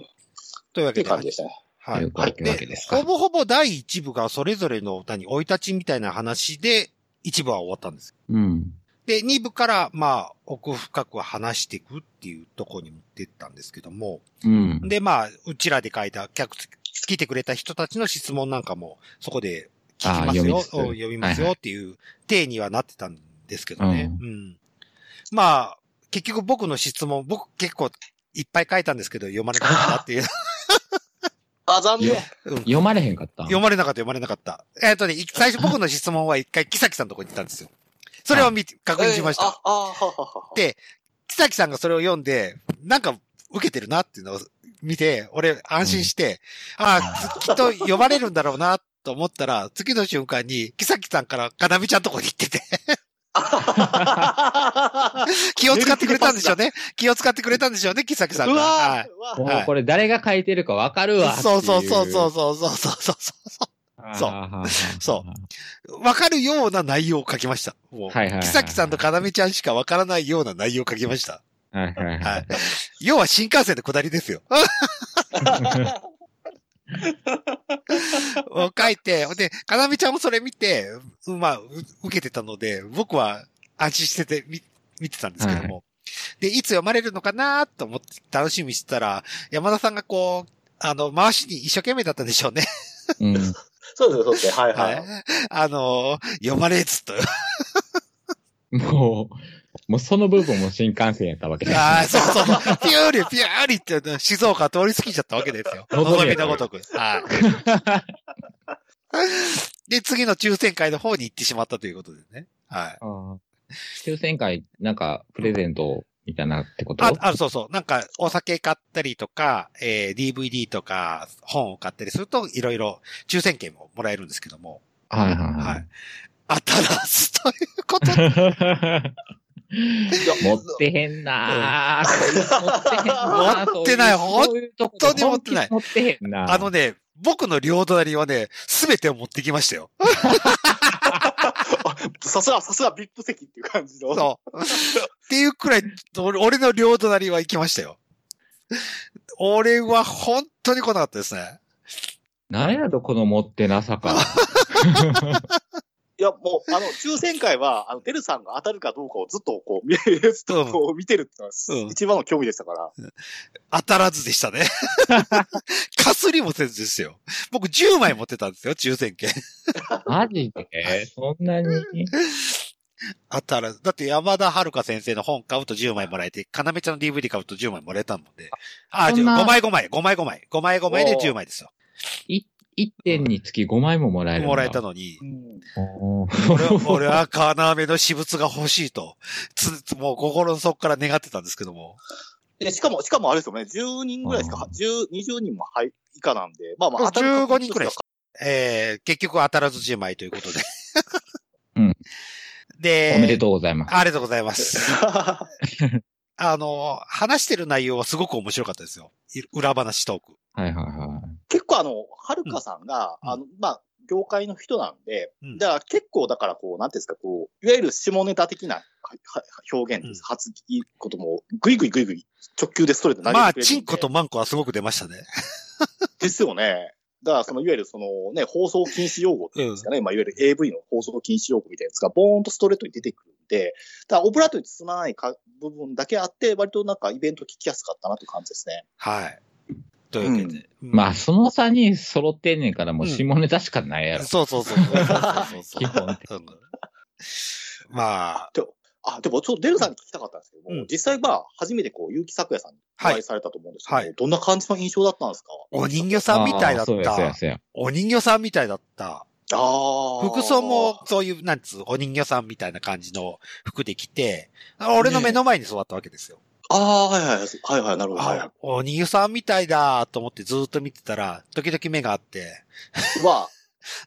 Speaker 1: というわ
Speaker 3: ってい
Speaker 1: けで。
Speaker 3: う感じでしたね。
Speaker 1: は
Speaker 2: と
Speaker 1: い
Speaker 2: いう。わけ
Speaker 1: で
Speaker 2: ですか
Speaker 1: ほ。ぼほぼ第一部がそれぞれの何、生い立ちみたいな話で、一部は終わったんです。
Speaker 2: うん。
Speaker 1: で、二部から、まあ、奥深く話していくっていうところに持ってったんですけども。
Speaker 2: うん。
Speaker 1: で、まあ、うちらで書いた、客、来てくれた人たちの質問なんかも、そこで聞きますよ、お
Speaker 2: あー読みつつ
Speaker 1: 読みます
Speaker 2: はい
Speaker 1: よっていう、体にはなってたんですけどね。うん。まあ、結局僕の質問、僕結構いっぱい書いたんですけど、読まれなかった っていう。
Speaker 3: あ、残念
Speaker 2: よ。読まれへんかった
Speaker 1: 読まれなかった、読まれなかった。えっとね、い最初僕の質問は一回、木崎さんのとこに行ったんですよ。それを見て、確認しまし
Speaker 3: えー
Speaker 1: た。
Speaker 3: あ、あ、はははは。
Speaker 1: で木崎さんがそれを読んで、なんか受けてるなっていうのを見て、俺安心して、ああ、きっと読まれるんだろうなと思ったら、次の瞬間に木崎さんからかなみちゃんのとこに行ってて、 気を使ってくれたんでしょうね。気を使ってくれたんでしょうね、木崎さん
Speaker 3: う
Speaker 1: が。
Speaker 3: わ
Speaker 1: は
Speaker 3: ーうわー
Speaker 2: もうこれ誰が書いてるかわかる
Speaker 1: い。。
Speaker 2: わ
Speaker 1: そうそうそうそう
Speaker 2: う。
Speaker 1: そうそうそうそそう
Speaker 2: う
Speaker 1: そうう。わかるような内容を書きました。もう。
Speaker 2: はいはいはい。
Speaker 1: 木崎さんとかなめちゃんしかわからないような内容を書きました。
Speaker 2: はいはいは
Speaker 1: はいい。。要は新幹線で下り ですよ。を書いて、で、かなめちゃんもそれ見て、うまあ、う受けてたので、僕は安心してて見見てたんですけども。で、いつ読まれるのかなと思って楽しみにしてたら、山田さんがこう、あの、回しに一生懸命だったんでしょうね。
Speaker 2: うん。
Speaker 3: そうですね、そうですね。はいは。
Speaker 1: はいい。 あの、読まれずと。
Speaker 2: もう、もうその部分も新幹線やったわけだ。
Speaker 1: ああ、そうそうそう。ピューリ、ピューリって、静岡通り過ぎちゃったわけですよ。
Speaker 2: 望み
Speaker 1: 望み
Speaker 2: や
Speaker 1: のごとく。はい。で、次の抽選会の方に行ってしまったということですね。はい。
Speaker 2: あー抽選会、なんか、プレゼントみたいなってこと
Speaker 1: あ、あ、そうそう。なんか、お酒買ったりとか、えー DVD とか、本を買ったりすると、いろいろ抽選券ももらえるんですけども。
Speaker 2: はい
Speaker 1: は。
Speaker 2: はい
Speaker 1: 当たら ずということ
Speaker 2: いはい。
Speaker 3: いや
Speaker 2: 持ってへんなぁ。こいつ持ってへんなぁ
Speaker 1: 持ってない
Speaker 2: そういうとこ
Speaker 1: 本当に持ってない
Speaker 2: 本気持ってへんなぁ
Speaker 1: あのね、僕の両隣はね、すべてを持ってきましたよ。
Speaker 3: さすが、さすが VIP 席っていう感じの。
Speaker 1: そう。っていうくらい、俺俺の両隣は行きましたよ。俺は本当に来なかったですね。
Speaker 2: なんやろ、この持ってな さか。
Speaker 3: いや、もう、あの、抽選会は、あの、デルさんが当たるかどうかをずっとこう、見ずっとこう見てるっていうの
Speaker 1: うん
Speaker 3: が、一番の興味でしたから。
Speaker 1: 当たらずでしたね。 かすりもせずですよ。僕10枚持ってたんですよ、抽選券。
Speaker 2: マジでそんなに
Speaker 1: 当たらず。だって山田遥先生の本買うと10枚もらえて、かなめちゃんの DVD 買うと10枚もらえたもんで。あ、
Speaker 2: そ
Speaker 1: じ
Speaker 2: ん
Speaker 1: ゃ
Speaker 2: な
Speaker 1: あ5枚5枚、5枚5枚、5枚5枚で10枚ですよ。
Speaker 2: ?1 点につき5枚ももらえるんだ。
Speaker 1: もらえたのに。
Speaker 2: おー。
Speaker 1: 俺は、俺は、カーナーメの私物が欲しいと、つ、つもう心の底から願ってたんですけども。
Speaker 3: で、しかも、しかもあれですよね、10人ぐらいしか
Speaker 2: う、
Speaker 3: 10、20人もはい以下なんで、まあまあ、当たる
Speaker 1: 15
Speaker 3: 確
Speaker 1: 人
Speaker 3: 率
Speaker 1: くらいです。えー、結局当たらず10枚という ことで。
Speaker 2: うん。
Speaker 1: で、
Speaker 2: おめでとうございます。
Speaker 1: ありがとうございます。
Speaker 3: か
Speaker 1: あの、話してる内容はすごく面白かったですよ。い裏話トーク。
Speaker 2: はいはいは
Speaker 3: 結構あの、はるかさんが、
Speaker 1: うん
Speaker 3: あの、まあ、業界の人なんで、
Speaker 1: うん
Speaker 3: だから結構だからこう、なんていうんですか、こう、いわゆる下ネタ的なはは表現です。
Speaker 1: うん
Speaker 3: 発言ことも、ぐいぐいぐいぐい直球でストレート投げてく
Speaker 1: ま
Speaker 3: れる
Speaker 1: あ、
Speaker 3: んで。
Speaker 1: チンコとマンコはすごく出ましたね。
Speaker 3: ですよね。だから、その、いわゆるそのね、放送禁止用語っていうんですかね、まあ、いわゆる AV の放送禁止用語みたいなやつが、ボーンとストレートに出てくるんで、だから、オブラートに包まないか部分だけあって、割となんかイベント聞きやすかったなという感じですね。
Speaker 1: はい。というわけで。
Speaker 2: い。まあ、その差に揃ってんねんから、もう下ネタしかないや
Speaker 1: あ
Speaker 2: ろ。
Speaker 1: そうそうそうそうそうそう
Speaker 2: 基本
Speaker 1: そう。うんまあ、
Speaker 3: あ、でも、ちょっとデルさんに聞きたかったんですけども、
Speaker 1: うん
Speaker 3: 実際、まあ、初めてこう、結城咲夜さんにお
Speaker 1: は
Speaker 3: 会
Speaker 1: い
Speaker 3: いされたと思うんですけど、
Speaker 1: はい
Speaker 3: どんな感じの印象だったんですか
Speaker 1: お人形さんみたいだっ
Speaker 2: あーそうやそうや
Speaker 1: た。
Speaker 2: そうや。
Speaker 1: お人形さんみたいだった。
Speaker 3: ああ。
Speaker 1: 服装も、、そういう、なんつう、お人形さんみたいな感じの服で着て、俺の目の前に座ったわけですよ。
Speaker 3: ああ、はいはい、はいはい、なるほど。はいは
Speaker 1: あお人形さんみたいだと思ってずーっと見てたら、時々目があって、
Speaker 3: い。は、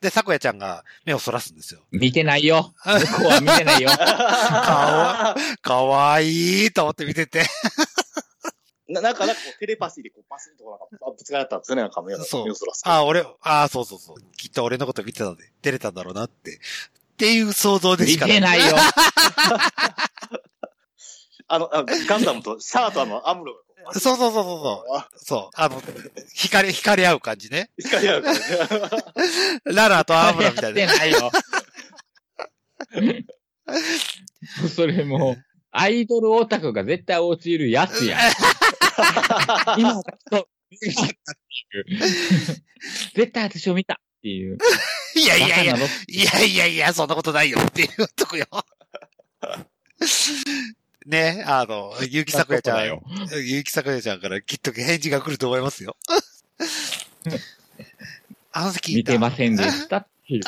Speaker 1: で、さくやちゃんが目をそらすんですよ。
Speaker 2: 見てないよ。向こうは見てないよ。
Speaker 1: わかわいいと思って見てて。
Speaker 3: ななんか、なんかこう、テレパシーでこう、パスンとこうなんか、あぶつかれたんですよね、なんか、目を
Speaker 1: そう
Speaker 3: 目をそらすと。
Speaker 1: あ、俺、あそうそうそう。きっと俺のこと見てたんで、照れたんだろうなって。っていう想 像で
Speaker 2: 見
Speaker 1: しかない。
Speaker 2: てないよ。
Speaker 3: あの、あのガンダムとシャアとあの、アムロがこう。
Speaker 1: そうそうそうそうう。そう。あの、光、光り合う感じね。。
Speaker 3: 光合うからね。
Speaker 1: ララとアームラみたい
Speaker 2: や
Speaker 1: な
Speaker 2: っ。てない よ。それもう、アイドルオタクが絶対陥るやつやん。今、そう、 絶対私を見たっていう。
Speaker 1: いやいやいや
Speaker 2: バカなロッ
Speaker 1: いやいやいや、そんなことないよっていうとこよ。 ね、あの、結城
Speaker 2: クな
Speaker 1: さくや
Speaker 2: と
Speaker 1: ち
Speaker 2: こ
Speaker 1: ゃ
Speaker 2: だ
Speaker 1: ん
Speaker 2: よ、。
Speaker 1: 結城さくやちゃんからきっと返事が来ると思いますよ。 あの時
Speaker 2: 見てませんでしたっていう。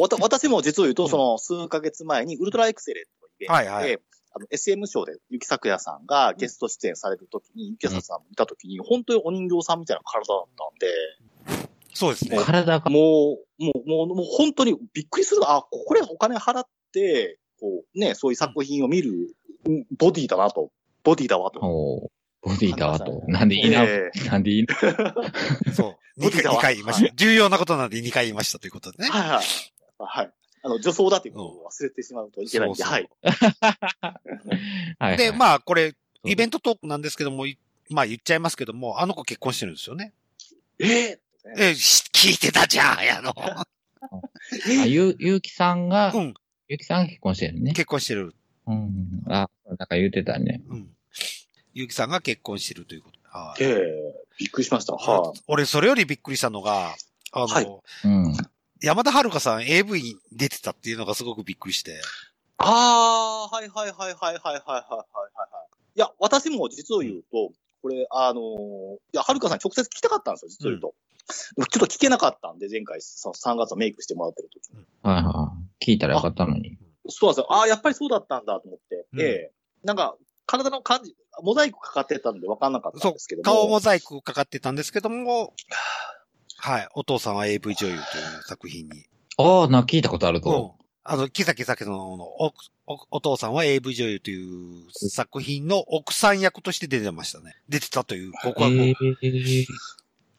Speaker 3: わた私も実を言うと、その、数ヶ月前に、ウルトラエクセレントのイベントで、
Speaker 1: はいはい
Speaker 3: あの、SM ショーで、ゆきさくやさんがゲスト出演されるときに、ゆきささん見たときに、本当にお人形さんみたいな体だったんで、
Speaker 1: そう ですね。
Speaker 2: 体が、
Speaker 3: もう、もう、もう、もう本当にびっくりする。あ、これお金払って、こう、ね、そういう作品を見る、うんボディだなと。ボディだわと。
Speaker 2: もう、ボディだわと。なんでいいな、
Speaker 3: ええ
Speaker 2: なんでいいな。
Speaker 1: そう。
Speaker 3: 無
Speaker 1: 2
Speaker 3: 理
Speaker 1: 回
Speaker 3: だわ
Speaker 1: 二回言いました。重要なことなんで2回言いましたということでね。
Speaker 3: はいはい。はい。あの、女装だということを忘れてしまうといけないんで、
Speaker 1: そうそう
Speaker 3: はい。
Speaker 2: はいはい
Speaker 1: で、まあ、これ、
Speaker 2: う
Speaker 1: イベントトークなんですけども、いまあ言っちゃいますけども、あの子結婚してるんですよね。
Speaker 3: ええ
Speaker 1: え、し聞いてたじゃん、あの。
Speaker 2: あゆ、ゆうきさんが、
Speaker 1: うん、
Speaker 2: ゆうきさんが結婚してるね。
Speaker 1: 結婚してる。
Speaker 2: うん。あ、なんか言ってたね。
Speaker 1: うん。結城さんが結婚してるということで。はい
Speaker 3: ええびっくりしました。はい。
Speaker 1: 俺、それよりびっくりしたのが、あの、
Speaker 3: はい
Speaker 2: うん。
Speaker 1: 山田遥さん AV に出てたっていうのがすごくびっくりして。
Speaker 3: ああ、はいはいはいはいはいはいはいはいはい。いや、私も実を言うと、これ、あのーいや、はるかさんに直接聞きたかったんですよ、実を言うと。でもちょっと聞けなかったんで、前回、その3月メイクしてもらってる時に。
Speaker 2: はいはい。聞いたらよかったのに。
Speaker 3: そうなんですよ。ああ、やっぱりそうだったんだと思って。
Speaker 1: うん
Speaker 3: ええなんか、体の感じ、モザイクかかってたんで分かんなかったんですけども。
Speaker 1: 顔モザイクかかってたんですけど も、はい。お父さんは AV 女優という作品に。
Speaker 2: ああ、な、聞いたことある
Speaker 1: う
Speaker 2: と
Speaker 1: ん。。あの、キサキサキのおおお父さんは AV 女優という作品の奥さん役として出てましたね。出てたという告白を。
Speaker 2: え
Speaker 1: え
Speaker 2: ー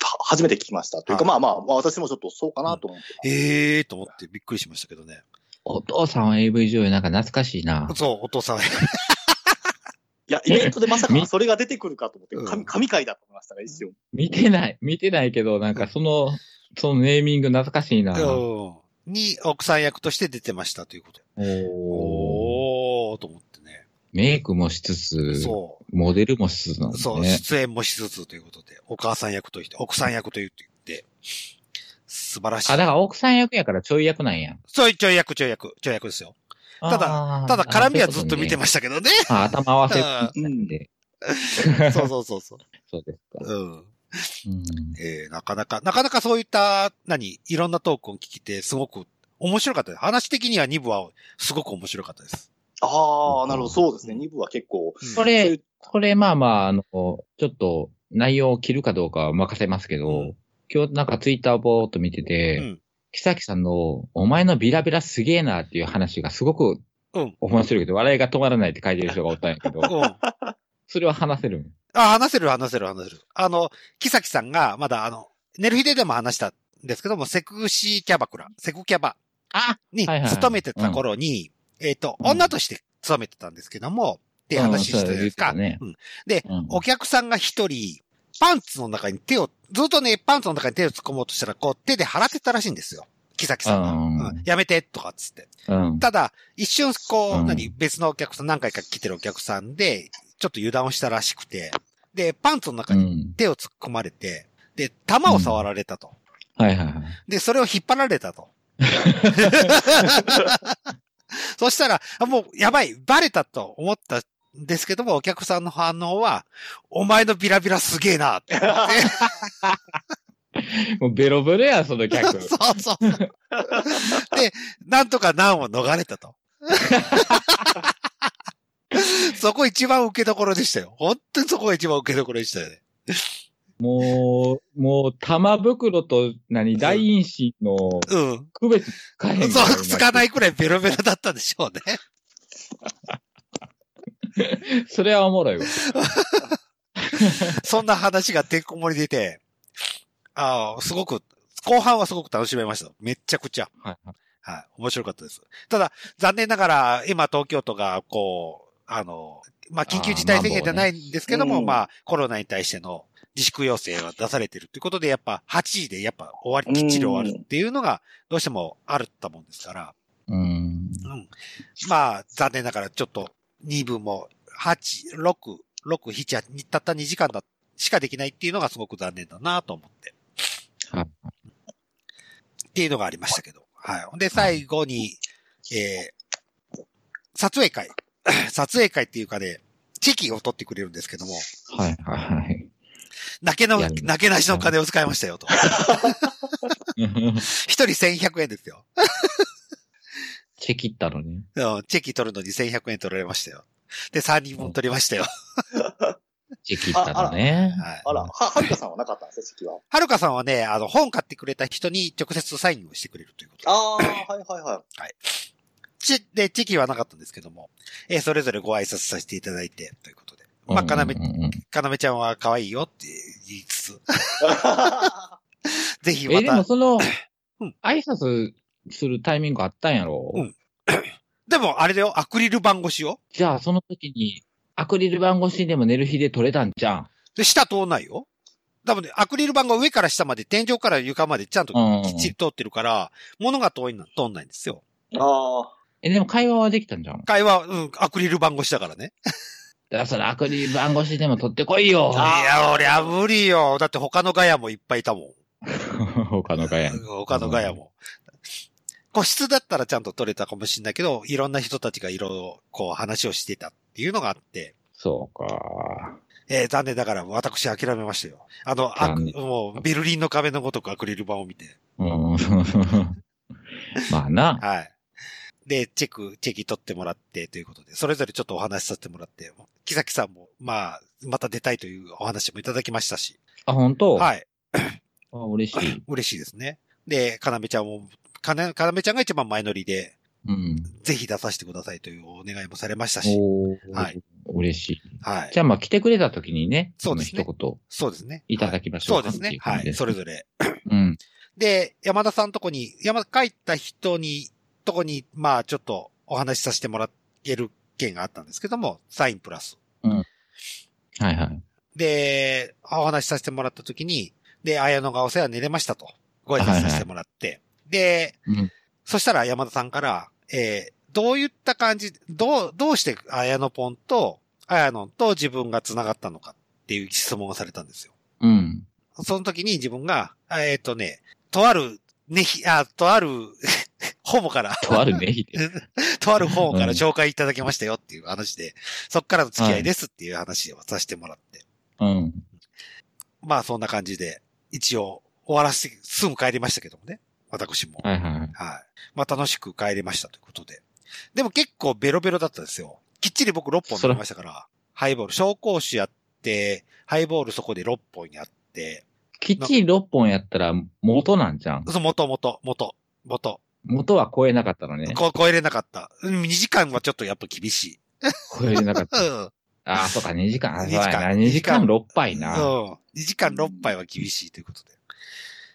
Speaker 3: は初めて聞きました。というか、まあまあ、まあ私もちょっとそうかなと思って。
Speaker 1: えーと思ってびっくりしましたけどね。
Speaker 2: お父さんは AV 女優なんか懐かしいな。
Speaker 1: そう、お父さんは。
Speaker 3: いや、イベントでまさ
Speaker 2: み
Speaker 3: かそれが出てくるかと思って、
Speaker 1: うん
Speaker 3: 神、神回だと思いましたね、一瞬。
Speaker 2: 見てない、見てないけど、なんかその、そのネーミング懐かしいな。
Speaker 1: うんに奥さん役として出てましたということ。
Speaker 2: おー
Speaker 1: おーと思ってね。
Speaker 2: メイクもしつつ、
Speaker 1: そう。
Speaker 2: モデルもしつつなんです
Speaker 1: そう、
Speaker 2: ね。
Speaker 1: 出演もしつつということで、お母さん役と言って、奥さん役と言って、素晴らしい
Speaker 2: あ、。だから奥さん役やからちょい役なんや。
Speaker 1: そういうちょい役、ちょい役、ちょい役ですよ。た
Speaker 2: だ
Speaker 1: ただ、絡みはずっと見て
Speaker 2: ま
Speaker 1: ましたけどね。
Speaker 2: す。あ頭合わせ
Speaker 3: うん
Speaker 2: で。
Speaker 1: そうそうそうそう。
Speaker 2: そうですか。
Speaker 1: うん。
Speaker 2: うん
Speaker 1: えー、なかなか、なかなかそういった、何、いろんなトークを聞きて、すごく面白かったです。話的には2部はすごく面白かったです。
Speaker 3: ああ、なるほど、そうですね。2部は結構。
Speaker 2: これ、これまあまあ、あの、ちょっと内容を切るかどうかは任せますけど、
Speaker 1: うん
Speaker 2: 今日なんかツイッターぼーっと見てて、
Speaker 1: うん
Speaker 2: 木崎さんの、お前のビラビラすげえなっていう話がすごく
Speaker 1: うん
Speaker 2: 面白いけど、笑いが止まらないって書いてる人がおったんやけど、
Speaker 1: うん。あ、
Speaker 2: それは話せるん
Speaker 1: 話せる、話せる、話せる。あの、木崎さんが、まだあの、寝る日ででも話したんですけども、セクシーキャバクラ、セクキャバ
Speaker 2: あ
Speaker 1: に
Speaker 2: はいはいはい
Speaker 1: 勤めてた頃に、えっ、と、
Speaker 2: うん
Speaker 1: 女として勤めてたんですけども、って話してたじゃないですか。
Speaker 2: うんそう言ってた
Speaker 1: で、
Speaker 2: うん
Speaker 1: お客さんが一人、パンツの中に手を、ずっとね、パンツの中に手を突っ込もうとしたら、こう手で払ってたらしいんですよ。木崎さんが。
Speaker 2: うん
Speaker 1: うんやめて、とかっつって。
Speaker 2: うん。
Speaker 1: ただ、一瞬、こう、
Speaker 2: うん
Speaker 1: 何、別のお客さん、何回か来てるお客さんで、ちょっと油断をしたらしくて、で、パンツの中
Speaker 2: う
Speaker 1: に
Speaker 2: ん。
Speaker 1: 手を突っ込まれて、で、玉を触られたと。
Speaker 2: はいはいはい。
Speaker 1: で、それを引っ張られた と。そしたら、あもう、やばい、バレたと思ったんですけども、お客さんの反応は、お前のビラビラすげえなって。
Speaker 2: もうベロベロや、その
Speaker 1: そ
Speaker 2: 客。
Speaker 1: うそうそう。で、なんとか難を逃れたと。そこ一番受けどころでしたよ。本当にそこが一番受けどころでしたよね。
Speaker 2: もう、もう、玉袋と、何、大陰唇の
Speaker 1: うん。
Speaker 2: 区別つかへんから。
Speaker 1: そう、つかないいくらいベロベロだったんでしょうね。
Speaker 2: それはおもろいわ。
Speaker 1: そんな話がてんこ盛り出て、ああ、すごく、後半はすごく楽しめました。めっちゃくちゃ。
Speaker 2: はいはい
Speaker 1: はい。面白かったです。ただ、残念ながら、今東京都が、こう、あの、まあ、緊急事態宣言じゃないんですけども、
Speaker 3: あーまあもうね
Speaker 1: まあ、コロナに対しての自粛要請は出されてるということで、やっぱ8時でやっぱ終わり、きっちり終わるっていうのが、どうしてもあるったもんですから、
Speaker 2: うん。
Speaker 1: うん。まあ、残念ながらちょっと2部も8、6、6、7、8たった2時間だ、しかできないっていうのがすごく残念だなと思って。
Speaker 2: はい
Speaker 1: っていうのがありましたけど。はい。で、最後に、えー撮影会。 撮影会っていうかね、チェキを取ってくれるんですけども、
Speaker 2: はいはいはい。
Speaker 1: 泣けの、
Speaker 2: いやいや
Speaker 1: 泣けなしの金を使いましたよと。 一人1100円ですよ。
Speaker 2: チェキったのね。
Speaker 1: うんチェキ取るのに1100円取られましたよ。で、3人分取りましたよ。
Speaker 2: チェキったのね。
Speaker 1: はい。
Speaker 3: あら、は、はるかさんはなかったんですよ、席は。
Speaker 1: はるかさんはね、あの、本買ってくれた人に直接サインをしてくれるということで。
Speaker 3: ああ、はいはいはい。
Speaker 1: ち、で、チェキはなかったんですけども、えーそれぞれご挨拶させていただいて、ということで。まあ、かなめ
Speaker 2: う、んうんうん
Speaker 1: かなめちゃんは可愛いよって言いつ つ、ぜひ
Speaker 2: え、
Speaker 1: ま
Speaker 2: でも
Speaker 1: た、
Speaker 2: その
Speaker 1: うん、
Speaker 2: 挨拶するタイミングあったんやろ
Speaker 1: うんでもあれだよ、アクリル板越しよ。
Speaker 2: じゃあ、その時に、アクリル板越しでも寝る日で撮れたんじゃん。
Speaker 1: で、下通んないよ。多分ね、アクリル板が上から下まで、天井から床までちゃんと
Speaker 2: うん
Speaker 1: きっちり通ってるから、物が遠いの、通んないんですよ。
Speaker 3: ああ。
Speaker 2: え、でも会話はできたんじゃん。だか
Speaker 1: 会話、うん、アクリル板越しだからね。
Speaker 2: らそれアクリル板越しでも撮ってこいよ
Speaker 1: い。
Speaker 3: あ
Speaker 1: や、俺は無理よ。だって他のガヤもいっぱいいたもん。
Speaker 2: 他の会話。
Speaker 1: 他のガヤも。個室だったらちゃんと取れたかもしれないけど、いろんな人たちがいろいろこう話をしてたっていうのがあって、
Speaker 2: そうか。
Speaker 1: えー残念ながら私諦めましたよ。あの、あ
Speaker 2: 残念
Speaker 1: もうベルリンの壁のごとくアクリル板を見て。
Speaker 2: うん。まあな。
Speaker 1: はい。で、チェック、チェキ取ってもらってということで、それぞれちょっとお話しさせてもらって、木崎さんも、まあ、また出たいというお話もいただきましたし、
Speaker 2: あ、本当い。
Speaker 1: はい、
Speaker 2: あ嬉しい。
Speaker 1: 嬉しいですね。で、かなめちゃんも、かな、かなめちゃんが一番前乗りで、
Speaker 2: うん。
Speaker 1: ぜひ出させてくださいというお願いもされましたし、
Speaker 2: おー
Speaker 1: はい
Speaker 2: 嬉しい。
Speaker 1: はい
Speaker 2: じ。ゃあまあ来てくれた時にね、
Speaker 1: そうですね
Speaker 2: あの一
Speaker 1: そうですね。
Speaker 2: いただきましょ
Speaker 1: は
Speaker 2: う
Speaker 1: いそうですね。
Speaker 2: かっていう感
Speaker 1: は
Speaker 2: じで
Speaker 1: い。
Speaker 2: す
Speaker 1: それぞれ。
Speaker 2: 言。うん。
Speaker 1: で、山田さんとこに、山、帰った人に、とこに、まあ、ちょっとお話しさせてもらえる件があったんですけども、サインプラス。
Speaker 2: はいはい。
Speaker 1: で、お話しさせてもらった時に、で、綾野がお世話になりましたと、ご挨拶させてもらって、で、
Speaker 2: うん
Speaker 1: そしたら山田さんから、えーどういった感じ、どう、どうして綾野ポンと、綾野と自分が繋がったのかっていう質問をされたんですよ。
Speaker 2: うん。
Speaker 1: その時に自分が、あえっ、とね、とある、ねひ、あ、とある、 ホモから、
Speaker 2: とあるね、ひで。
Speaker 1: とあるホモか
Speaker 2: うん
Speaker 1: ら紹介いただきましたよっていう話で、そっからの付き合いですっていう話をさせてもらって。
Speaker 2: うん。
Speaker 1: まあそんな感じで、一応終わらせて、すぐ帰りましたけどもね。私も。
Speaker 2: はいはいはい。
Speaker 1: はい。まあ楽しく帰りましたということで。でも結構ベロベロだったんですよ。きっちり僕6本
Speaker 2: そ
Speaker 1: 飲
Speaker 2: ら
Speaker 1: みましたから、ハイボール、紹興酒やって、ハイボールそこで6本やって、
Speaker 2: きっちり6本やったら元なんじゃん。
Speaker 1: その元々、元、元、
Speaker 2: 元は超えなかったのね。
Speaker 1: こ超えれなかった。うん、2時間はちょっとやっぱ厳しい。
Speaker 2: 超えれなかっ
Speaker 1: う
Speaker 2: た。
Speaker 1: ん。
Speaker 2: ああ、そうか、2時間。
Speaker 1: 2
Speaker 2: あそう
Speaker 1: 時間
Speaker 2: やな。2時間6杯
Speaker 1: うん。
Speaker 2: な。
Speaker 1: 2時間6杯は厳しいということで。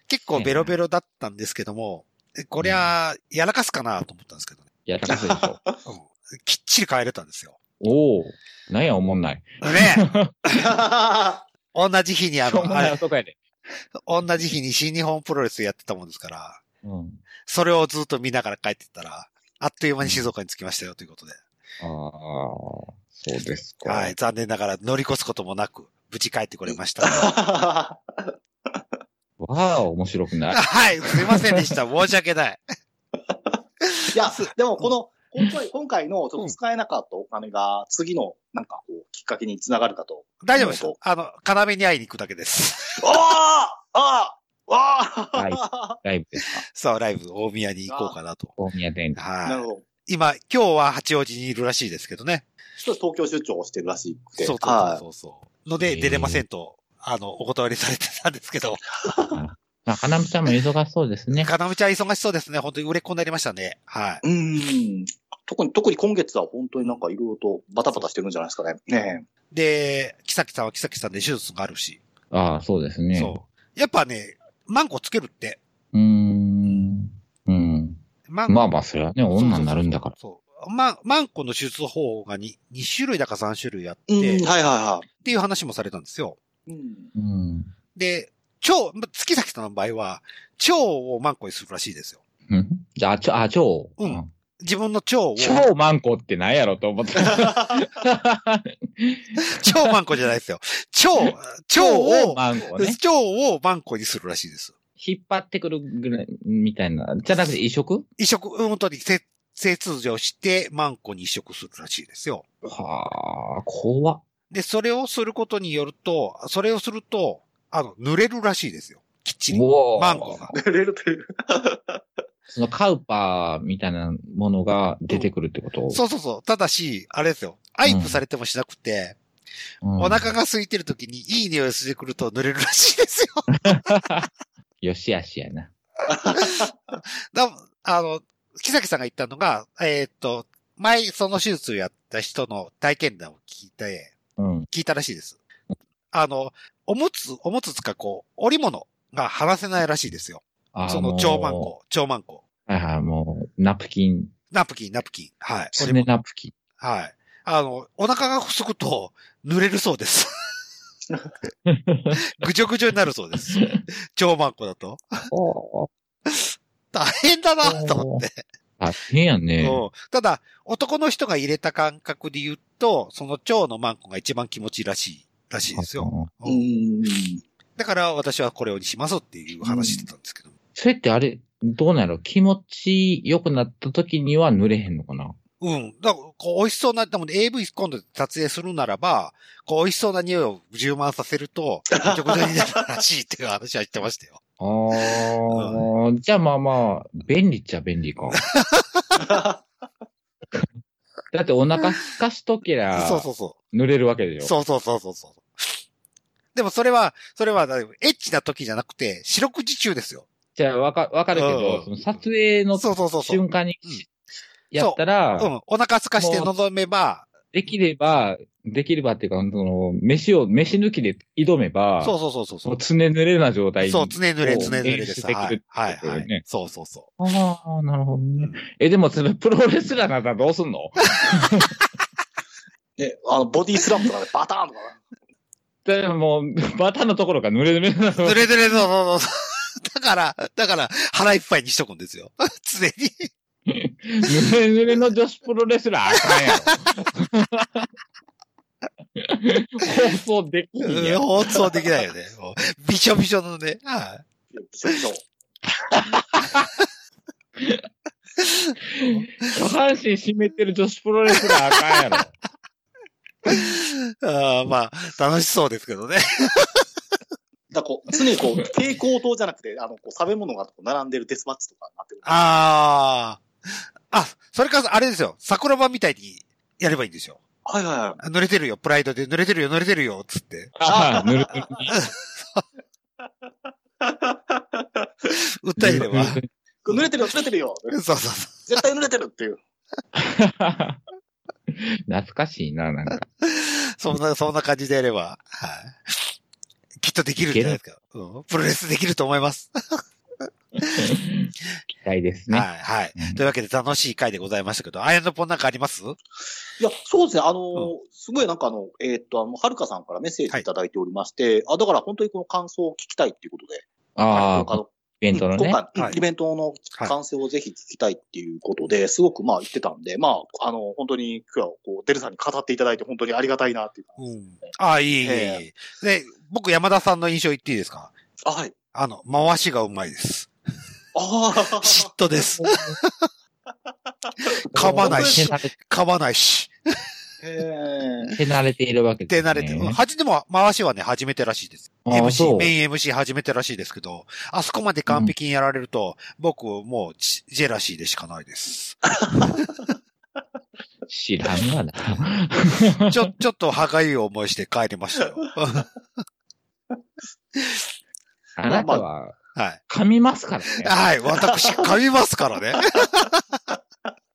Speaker 1: 結構ベロベロだったんですけども、えこりゃ、やらかすかなと思ったんですけどね
Speaker 2: やらかすでしょ。
Speaker 1: うんきっちり帰れたんですよ。
Speaker 2: おお。なんや、おもんない。
Speaker 1: ね
Speaker 3: あ
Speaker 1: 同じ日にあ
Speaker 2: しょう
Speaker 1: の、
Speaker 2: も
Speaker 1: あ
Speaker 2: ない
Speaker 1: れ
Speaker 2: 男やで。
Speaker 1: 同じ日に新日本プロレスやってたもんですから、
Speaker 2: うん。
Speaker 1: それをずっと見ながら帰ってったら、あっという間に静岡に着きましたよということで。
Speaker 2: ああ、そうですか。
Speaker 1: はい、残念ながら乗り越すこともなく、無事帰ってこれました。
Speaker 2: わあ、面白くない。
Speaker 1: はい、すいませんでした。申し訳ない。
Speaker 3: いや、でもこの、今回、今回のちょっと使えなかったお金が、次の、なんかこう、きっかけにつながるかと。
Speaker 1: 大丈夫です
Speaker 3: そう。
Speaker 1: あの、要に会いに行くだけです。
Speaker 3: ああああああ、
Speaker 2: ライブですか。
Speaker 1: そう、ライブ、大宮に行こうかなと。
Speaker 2: 大宮店。
Speaker 3: なる
Speaker 1: は
Speaker 3: ほ
Speaker 1: い。
Speaker 3: ど。
Speaker 1: 今、今日は八王子にいるらしいですけどね。
Speaker 3: ちょっと東京出張をしてるらしいって。
Speaker 1: そうそう
Speaker 3: は
Speaker 1: そうそう。ので、出れませんと、あの、お断りされてたんですけど。
Speaker 2: まあ、花見ちゃんも忙しそうですね。
Speaker 1: かなめちゃん忙しそうですね。本当に売れっ子になりましたね。はい。
Speaker 3: い。うん。特に、特に今月は本当になんかいろいろとバタバタしてるんじゃないですかね。ね
Speaker 1: で、木崎さんは木崎さんで手術があるし。
Speaker 2: ああ、そうですね。
Speaker 1: そう。やっぱね、マンコつけるって。
Speaker 2: う。うーん。うん。
Speaker 1: マン
Speaker 2: まあまあ、それはね、女になるんだから。
Speaker 1: そう。マン、マンコの手術方法が 2, 2種類だか3種類あって、
Speaker 3: うん、
Speaker 1: っ
Speaker 3: はいはいは
Speaker 1: ていう話もされたんですよ。
Speaker 3: い。うん。
Speaker 2: うん。
Speaker 1: で、腸、ま月崎さんの場合は、腸をマンコにするらしいですよ。
Speaker 2: うんじゃあ、ちょ、あ、超。
Speaker 1: うん。自分の腸を、
Speaker 2: 超マンコってなんやろ と思った。
Speaker 1: 腸マンコじゃないですよ。 腸、腸
Speaker 2: 超
Speaker 1: を、
Speaker 2: マンコね。
Speaker 1: 腸をマンコにするらしいです。
Speaker 2: 引っ張ってくるぐらい、みたいな。じゃなくて移植
Speaker 1: 移植、本当にせ性通常して、マンコに移植するらしいですよ。
Speaker 2: はあ、怖っ。
Speaker 1: で、それをすることによると、それをすると、あの、濡れるらしいですよ。きっちり。
Speaker 2: おー
Speaker 1: マンコが。
Speaker 3: レルという。
Speaker 2: そのカウパーみたいなものが出てくるってこと
Speaker 1: そうそうそう。ただし、あれですよ。アイプされてもしなくて、
Speaker 2: うん。
Speaker 1: お腹が空いてる時にいい匂いしてくると濡れるらしいですよ。
Speaker 2: よしあしやな。
Speaker 1: だあの、木崎さんが言ったのが、えーっと、前、その手術をやった人の体験談を聞いて、
Speaker 2: うん。
Speaker 1: 聞いたらしいです。あの、おむつ、おむつつかこう、織物が離せないらしいですよ。
Speaker 2: あー
Speaker 1: その
Speaker 2: もう
Speaker 1: 超マンコ、超マンコ。
Speaker 2: はいはい、もう、ナプキン、
Speaker 1: ナプキン、ナプキン。はい。
Speaker 2: すねナプキン。
Speaker 1: はい。あの、お腹が細くと濡れるそう です。ぐちょぐちょになるそうです。超マンコだと。
Speaker 2: おー
Speaker 1: 大変だなと思って。
Speaker 2: 大変やね。
Speaker 1: うんただ、男の人が入れた感覚で言うと、その腸のマンコが一番気持ちいいらしい、らしいですよ。
Speaker 2: あー
Speaker 1: う
Speaker 3: うんん。
Speaker 1: だから私はこれをにしますっていう話してたんですけど。
Speaker 2: それってあれ、どうなの気持ち良くなった時には濡れへんのかな
Speaker 1: うん。だから、こう、美味しそうな、でも AV 今度撮影するならば、こう、美味しそうな匂いを充満させると、ぐちょぐちょになるらしいっていう話は言ってましたよ。
Speaker 2: あ あ、じゃあまあまあ、便利っちゃ便利か。だってお腹すかしときゃ、
Speaker 1: そうそうそ
Speaker 2: 濡れるわけで
Speaker 1: う。
Speaker 2: しょ。
Speaker 1: そうそうそうそうそう。でもそれは、それは、だいぶエッチな時じゃなくて、四六時中ですよ。
Speaker 2: じゃあ、わか、わかるけ
Speaker 1: うん
Speaker 2: ど、その撮影の
Speaker 1: そうそうそうそう。
Speaker 2: 瞬間に
Speaker 1: うん
Speaker 2: やったら、
Speaker 1: うん、お腹すかして臨めば、
Speaker 2: できれば、できればっていうか、その、飯を、飯抜きで挑めば、
Speaker 1: そうそうそうそうそ
Speaker 2: も
Speaker 1: う
Speaker 2: う。常濡れな状態
Speaker 1: そう、常濡れ、常濡れ
Speaker 2: 演
Speaker 1: で
Speaker 2: 出
Speaker 1: す。
Speaker 2: で
Speaker 1: は
Speaker 2: きる
Speaker 1: い。はい、
Speaker 2: ことだ
Speaker 1: は
Speaker 2: よね
Speaker 1: い。そうそうそ
Speaker 2: ああ、なるほど
Speaker 1: う。う
Speaker 2: ね
Speaker 1: ん。
Speaker 2: え、でも、それ、プロレスラーなったらどうすんの
Speaker 3: ね、あの、ボディスラムとかでバターンとかね。
Speaker 2: だからもう、バターのところが濡れ濡れ な
Speaker 1: 濡
Speaker 2: の。
Speaker 1: れ濡れ、そうそうそう。 だから、だから、腹いっぱいにしとくんですよ。 常に。
Speaker 2: 濡れ濡れの女子プロレスラーあかんやろ。放送できんやん。
Speaker 1: 放送できないよね。もうびしょびしょのね。はい
Speaker 3: びしょびしょ
Speaker 2: 下半身締めてる女子プロレスラーあかんやろ。
Speaker 1: あーまあ、楽しそうですけどね。
Speaker 3: だからこう、常にこう、蛍光灯じゃなくて、あの、こう、食べ物がこう並んでるデスマッチとかになってる。
Speaker 1: ああ。あ、それか、あれですよ。桜庭みたいにやればいいんですよ。
Speaker 3: はいはいはい。
Speaker 1: 濡れてるよ、プライドで。濡れてるよ、濡れてるよ、つって。
Speaker 2: ああ、ぬるぬる
Speaker 1: 訴え れば。
Speaker 3: これ濡れてるよ、濡れてるよ。
Speaker 1: そうそうそう。
Speaker 3: 絶対濡れてるっていう。
Speaker 2: 懐かしいな、なんか。
Speaker 1: そんな、そんな感じでやれば、はい。きっとできるんじゃないですか。うん、プロレスできると思います。
Speaker 2: 期待ですね。
Speaker 1: はい、はい。
Speaker 2: うん
Speaker 1: というわけで楽しい回でございましたけど、アイアンドポンなんかあります
Speaker 3: いや、そうですね。あのーすごいなんかあの、えーっと、あの、はるかさんからメッセージいただいておりまして、あ、だから本当にこの感想を聞きたいっていうことで。
Speaker 2: あ
Speaker 3: の
Speaker 2: あ、イベントのね。
Speaker 3: 今回、
Speaker 1: はい
Speaker 3: イベントの完成をぜひ聞きたいっていうことで、すごくまあ言ってたんで、まあ、あの、本当に今日はこう、デルさんに語っていただいて本当にありがたいなっていう。
Speaker 1: うん。ああ、いい、いいいい。
Speaker 3: え
Speaker 1: で、僕山田さんの印象言っていいですか
Speaker 3: あ、はい。
Speaker 1: あの、回しがうまいです。
Speaker 3: ああ、
Speaker 1: 嫉妬です。噛まないし
Speaker 2: 手、慣れ
Speaker 1: 噛まないし。
Speaker 3: へえ。
Speaker 2: 手慣れているわけ
Speaker 1: で、
Speaker 2: です、ね。
Speaker 1: 慣れてる。はじ、でも、回しはね、初めてらしいです。
Speaker 2: ああ、そ
Speaker 1: MC、
Speaker 2: う。
Speaker 1: メイン MC 初めてらしいですけど、あそこまで完璧にやられると、僕、もうジ、ジェラシーでしかないです。
Speaker 2: 知らんわな。
Speaker 1: ちょ、ちょっと歯がゆい思いして帰りましたよ。
Speaker 2: あなたは
Speaker 1: はい。
Speaker 2: 噛みますからね。
Speaker 1: はい。私、噛みますからね。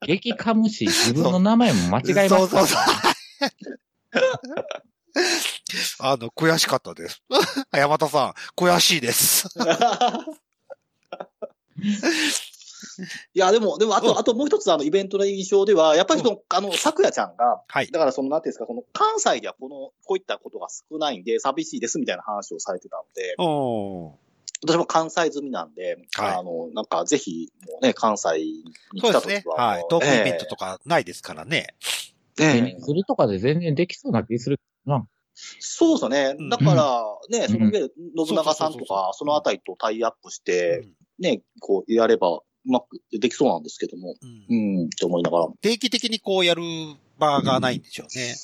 Speaker 2: 激噛むし、自分の名前も間違え
Speaker 1: そ
Speaker 2: ま
Speaker 1: う
Speaker 2: すか
Speaker 1: そ
Speaker 2: ら
Speaker 1: うそう。あの、悔しかったです。 山田さん、悔しいです。
Speaker 3: いや、でも、でも、あ
Speaker 1: うん
Speaker 3: と、あともう一つ、あの、イベントの印象では、やっぱりその、あの、咲夜ちゃんが、
Speaker 1: はい。
Speaker 3: だからその、なんていうんですか、この、関西ではこの、こういったことが少ないんで、寂しいですみたいな話をされてたので、
Speaker 1: お
Speaker 3: 私も関西済みなんで、
Speaker 1: はい
Speaker 3: あの、なんか、ぜひ、もうね、関西に
Speaker 1: そ
Speaker 3: 来
Speaker 1: うで
Speaker 3: た
Speaker 1: す
Speaker 3: 時
Speaker 1: ね。
Speaker 3: は、
Speaker 1: はい。トークイベントとかないですからね。
Speaker 3: ええ
Speaker 2: ベニズルとかで全然できそうな気する。
Speaker 3: そうですよ
Speaker 1: う
Speaker 3: ね。
Speaker 1: ん
Speaker 3: だから、ね、その
Speaker 2: うん
Speaker 3: 上で、信長さ
Speaker 1: そ
Speaker 3: んとか、そ
Speaker 1: そ
Speaker 3: う
Speaker 1: うそうそう
Speaker 3: のあたりとタイアップし
Speaker 1: う
Speaker 3: て、
Speaker 1: ん
Speaker 3: ね、こう、やれば、うまくできそうなんですけども、
Speaker 1: う
Speaker 3: うんん、と思いながら。
Speaker 1: 定期的にこうやる場がないんでしょうね。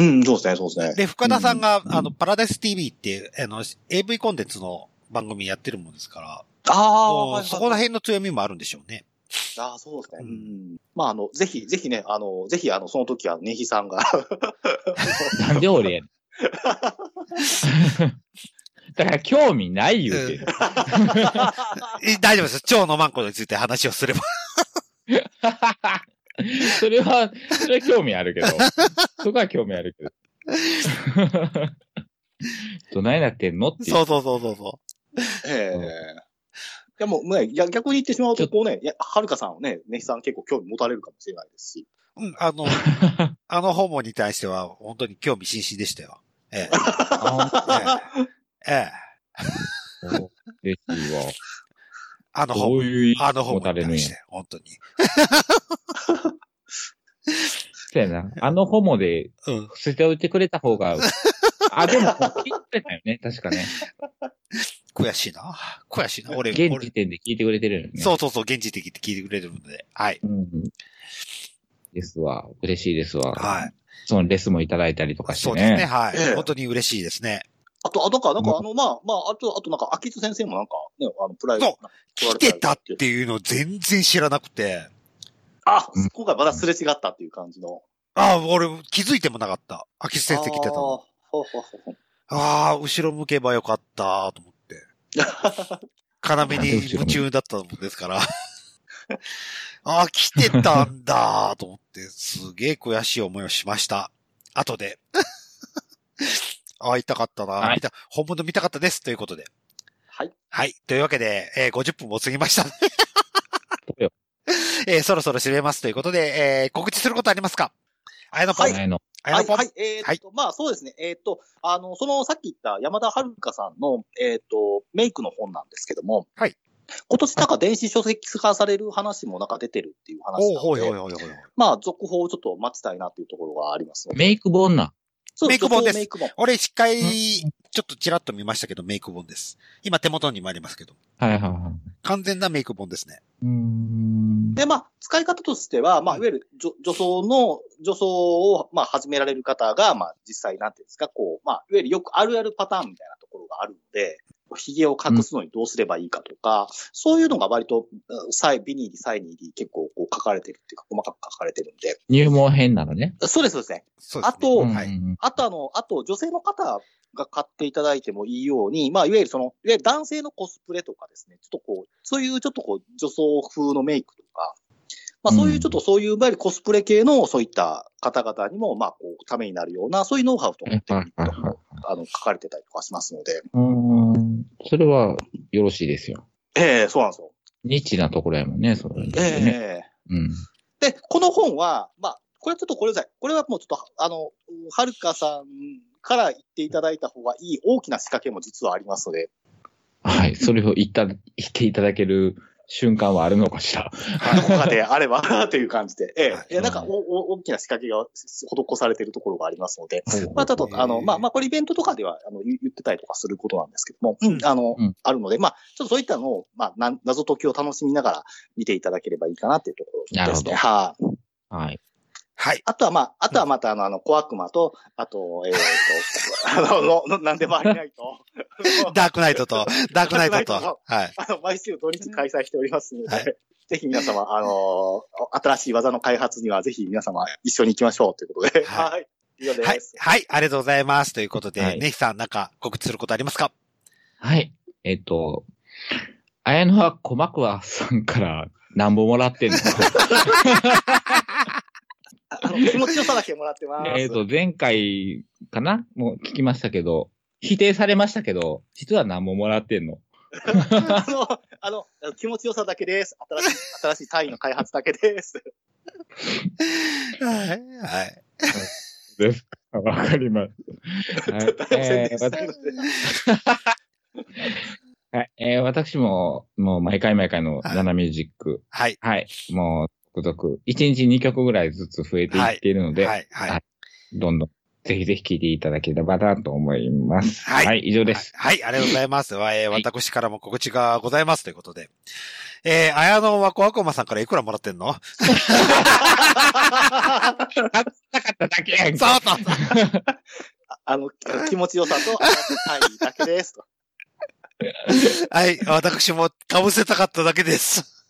Speaker 3: うん、そうですね、そうですね。
Speaker 1: で、深田さんが、あの、パラダイス TV って、あの、AV コンテンツの番組やってるもんですから、
Speaker 3: ああ、
Speaker 1: こうそこら辺の強みもあるんでしょうね。
Speaker 3: ああ、そうですね。
Speaker 1: う
Speaker 3: うんん。まあ、あの、ぜひ、ぜひね、あの、ぜひ、あの、その時は、ネヒさ んが。
Speaker 2: なんで俺やねん。 だから興味ない言うてる。
Speaker 1: え大丈夫です。蝶のマンコについて話をすれば。
Speaker 2: それは、それは興味あるけど。そこは興味あるけど。 どないなってんの っていう。
Speaker 1: そうそうそうそうそ
Speaker 3: ええいや、もう、ね、いや逆に言ってしまうと、こうね、いやはるかさんをね、ネヒさん結構興味持たれるかもしれないですし。
Speaker 1: う。うん、あ の、あのホモに対しては本当に興味津々でしたよ。 え
Speaker 2: あ
Speaker 1: え、ええ、
Speaker 2: そう嬉しいわ。
Speaker 1: あのホ
Speaker 2: ど
Speaker 1: モ
Speaker 2: う、いう意
Speaker 1: あ
Speaker 2: 味
Speaker 1: のホ
Speaker 2: 持
Speaker 1: モ
Speaker 2: た
Speaker 1: に
Speaker 2: れるん
Speaker 1: 対
Speaker 2: や
Speaker 1: して、本当に。
Speaker 2: そうやな。あのホモで
Speaker 1: うん。
Speaker 2: 捨ておいてくれた方 が、あ、でも、聞いてくれたよね。確かね。
Speaker 1: 悔しいな。悔しいな。俺、
Speaker 2: 現
Speaker 1: 俺
Speaker 2: 時点で聞いてくれてるよね。
Speaker 1: そうそうそう、現地的って聞いてくれてるので。はい。
Speaker 2: うん。ですわ。嬉しいですわ。
Speaker 1: はい。
Speaker 2: そのレスもいただいたりとかして
Speaker 1: そ
Speaker 2: ね。
Speaker 1: うですね。は
Speaker 3: え
Speaker 1: い。
Speaker 3: え
Speaker 1: 本当に嬉しいですね。
Speaker 3: あと、あ、なんか、な
Speaker 2: う
Speaker 3: んか、
Speaker 2: ん
Speaker 3: あの、まあ、まあ、あと、あと、なんか、秋津先生もなんか、ね、あの、プライ
Speaker 1: そう来
Speaker 3: ド。
Speaker 1: てたっていうのを全然知らなくて、
Speaker 3: あ、今回まだすれ違ったっていう感じの。
Speaker 1: ああ、俺気づいてもなかった。空きス先生来てた
Speaker 3: あ
Speaker 1: の。
Speaker 3: ーほうほうほうほう
Speaker 1: ああ、後ろ向けばよかった、と思って。要に夢中だったもんですから。 ああ、来てたんだ、と思って、すげえ悔しい思いをしました。後で。 ああ、痛かったな、
Speaker 2: はい
Speaker 1: 見た本物見たかったです、ということで。
Speaker 3: はい。
Speaker 1: はい。というわけで、えー50分も過ぎました。
Speaker 2: どうよ
Speaker 1: えーそろそろ締めますということで、えー告知することありますか綾野ポン。
Speaker 2: こ
Speaker 3: はい
Speaker 2: の辺の。
Speaker 1: 綾
Speaker 3: は
Speaker 1: 野
Speaker 3: い、
Speaker 1: ポン。
Speaker 3: はい、えーっと、まあそうですね、えーっと、あの、そのさっき言った山田遥香さんの、えーっと、メイクの本なんですけども、
Speaker 1: はい。
Speaker 3: 今年なんか電子書籍化される話もなんか出てるっていう話なの
Speaker 1: お
Speaker 3: で、
Speaker 1: うほいほいほいほいほい。
Speaker 3: まあ続報をちょっと待ちたいなっていうところがありますので。
Speaker 2: メイク本な。
Speaker 3: そう
Speaker 1: メイク本です
Speaker 3: 続報メイク本。
Speaker 1: 俺、一回、ちょっとちらっと見ましたけど、メイク本です。今手元にもありますけど、
Speaker 2: はいはいはい。
Speaker 1: 完全なメイク本ですね。
Speaker 2: うーん。
Speaker 3: で、まあ、使い方としては、まあ、いわゆる女女装の、女装を、まあ、始められる方が、まあ、実際、なんていうんですか、こう、まあ、いわゆるよくあるあるパターンみたいなところがあるので、髭を隠すのにどうすればいいかとか、そういうのが割と、うんサイ、ビニーリ、サイニーリ、結構こう書かれてるっていうか、細かく書かれてるんで。
Speaker 2: 入門編なのね。
Speaker 3: そうです、そうですね。
Speaker 1: そうですね。
Speaker 3: あと
Speaker 2: うんうん
Speaker 1: はい。
Speaker 2: うん
Speaker 3: あとあの、あと女性の方が買っていただいてもいいように、まあ、いわゆるその、いわゆる男性のコスプレとかですね、ちょっとこう、そういうちょっとこう、女装風のメイクとか、まあ、そういうちょっとそういう、いわゆるコスプレ系のそういった方々にも、まあ、こう、ためになるような、そういうノウハウとかっていうのも、あの、書かれてたりとかしますので、
Speaker 2: うーん。それはよろしいですよ。
Speaker 3: ええそうなんですよ。
Speaker 2: ニッチなところやもんね、それはね。
Speaker 3: ええ
Speaker 2: うん。
Speaker 3: で、この本は、まあ、これはちょっとこれじゃこれはもうちょっと、あの、はるかさんから言っていただいた方がいい大きな仕掛けも実はありますので、
Speaker 2: はい。それを言った、言っていただける瞬間はあるのかしら。
Speaker 3: どこかであればという感じで、え
Speaker 1: はい
Speaker 3: えええ、なんかおお大きな仕掛けが施されているところがありますので、まあ、ちょっと
Speaker 1: え、え
Speaker 3: あの、まあ、まあ、これイベントとかでは、あの、言言ってたりとかすることなんですけども、
Speaker 1: うん
Speaker 3: あの、
Speaker 2: うん
Speaker 3: あるので、まあ、ちょっとそういったのを、まあ、なん謎解きを楽しみながら見ていただければいいかなっていうところですね。
Speaker 2: なるほど
Speaker 3: はい、
Speaker 2: はい。
Speaker 1: はい。
Speaker 3: あとは、まあ、あとはまた、あの、あの、小悪魔と、あと、えー、と、あの の、の、なんでもありないと、
Speaker 1: ダークナイト と、ダークナイトと、
Speaker 3: ダークナイト
Speaker 1: はい。
Speaker 3: あの、毎週土日開催しておりますので、
Speaker 1: は
Speaker 3: ぜひ皆様、あの新しい技の開発には、ぜひ皆様一緒に行きましょうということで。
Speaker 1: はい
Speaker 3: はい。以上です。
Speaker 1: はい。はい。ありがとうございます。ということで、
Speaker 2: はい
Speaker 1: ネヒさん、なんか告知することありますか
Speaker 2: はい。えっと、綾野は小幕はさんから何本もら ってんの
Speaker 3: あの、気持ちよさだけもらってます。
Speaker 2: えっと、前回かなもう聞きましたけど、否定されましたけど、実は何本もらってんの
Speaker 3: あの、あの、気持ちよさだけです。新しい、新しい単位の開発だけです。
Speaker 1: はい。はい。
Speaker 2: です。 わかります。はいえー
Speaker 3: 宣伝してるので
Speaker 2: はいえー私も、もう毎回毎回のナナミュージック、
Speaker 1: はい。
Speaker 2: はい、もう、続々、1日2曲ぐらいずつ増えていっているので、
Speaker 1: はい。はい。
Speaker 2: どんどん、ぜひぜひ聴いていただければなと思います。
Speaker 1: は
Speaker 2: はいい、以上です。
Speaker 1: はい、はいありがとうござい ます。わえー
Speaker 2: はい
Speaker 1: 私からも告知がございますということで。えー、あやのわこわこまさんからいくらもらってん の
Speaker 2: なかっただけやん
Speaker 1: そうそうそう
Speaker 3: あの、気持ちよさと新しい単位だけです。と
Speaker 1: はい、私も被せたかっただけ です。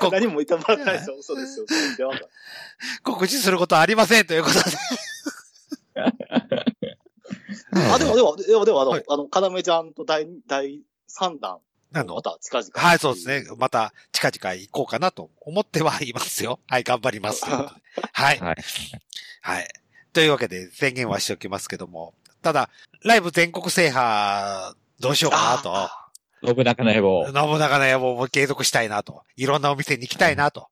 Speaker 1: こ
Speaker 3: 何も言ってもらってないですよ。嘘ですよ。では
Speaker 1: 告知することはありませんということで。
Speaker 3: あ、でも、でも、でも、でも、あの、
Speaker 1: はい
Speaker 3: あの、かなめちゃんと第、第3弾、
Speaker 1: な
Speaker 3: ま
Speaker 1: の
Speaker 3: た近々。
Speaker 1: はい、そうですね。また近々行こうかなと思ってはいます よ。はい、頑張ります。はい。
Speaker 2: はい。
Speaker 1: はい。というわけで宣言はしておきますけども。ただ、ライブ全国制覇、どうしようかなと。
Speaker 3: あ
Speaker 2: 信長の野望。
Speaker 1: 信長の野望も継続したいなと。いろんなお店に行きたいなと。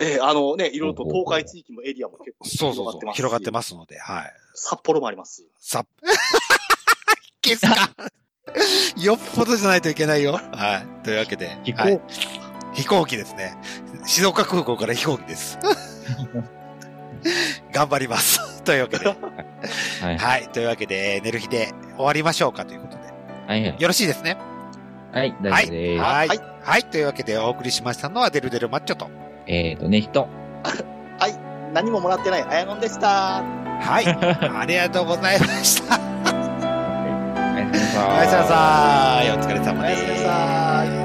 Speaker 3: ええあのね、いろいろと東海地域もエリアも結構
Speaker 1: そうそうそう。広がって
Speaker 3: す
Speaker 1: ますので、はい。
Speaker 3: し。札幌もありますし。
Speaker 1: さ、消すか。よっぽどじゃないといけないよ。はい。というわけで。
Speaker 2: 飛行
Speaker 1: はい、飛行機ですね。静岡空港から飛行機です。 頑張ります。というわけ で。
Speaker 2: はい。は
Speaker 1: はい。というわけで、寝る日で終わりましょうかということで。
Speaker 2: い。
Speaker 1: よろしいですね。
Speaker 2: はい、
Speaker 1: は
Speaker 2: 大丈夫
Speaker 1: い。
Speaker 2: です。
Speaker 1: はい。は。
Speaker 3: はい
Speaker 1: というわけで、お送りしましたのは、デルデルマッチョと。
Speaker 2: えっ、とね、人。
Speaker 3: 何ももらってない、あやのんでした。
Speaker 1: はい。ありがとうございました。
Speaker 2: おやすみな
Speaker 1: おやすみなさい。お疲れ様
Speaker 3: お
Speaker 1: で
Speaker 3: や
Speaker 1: す。
Speaker 3: すみなさい。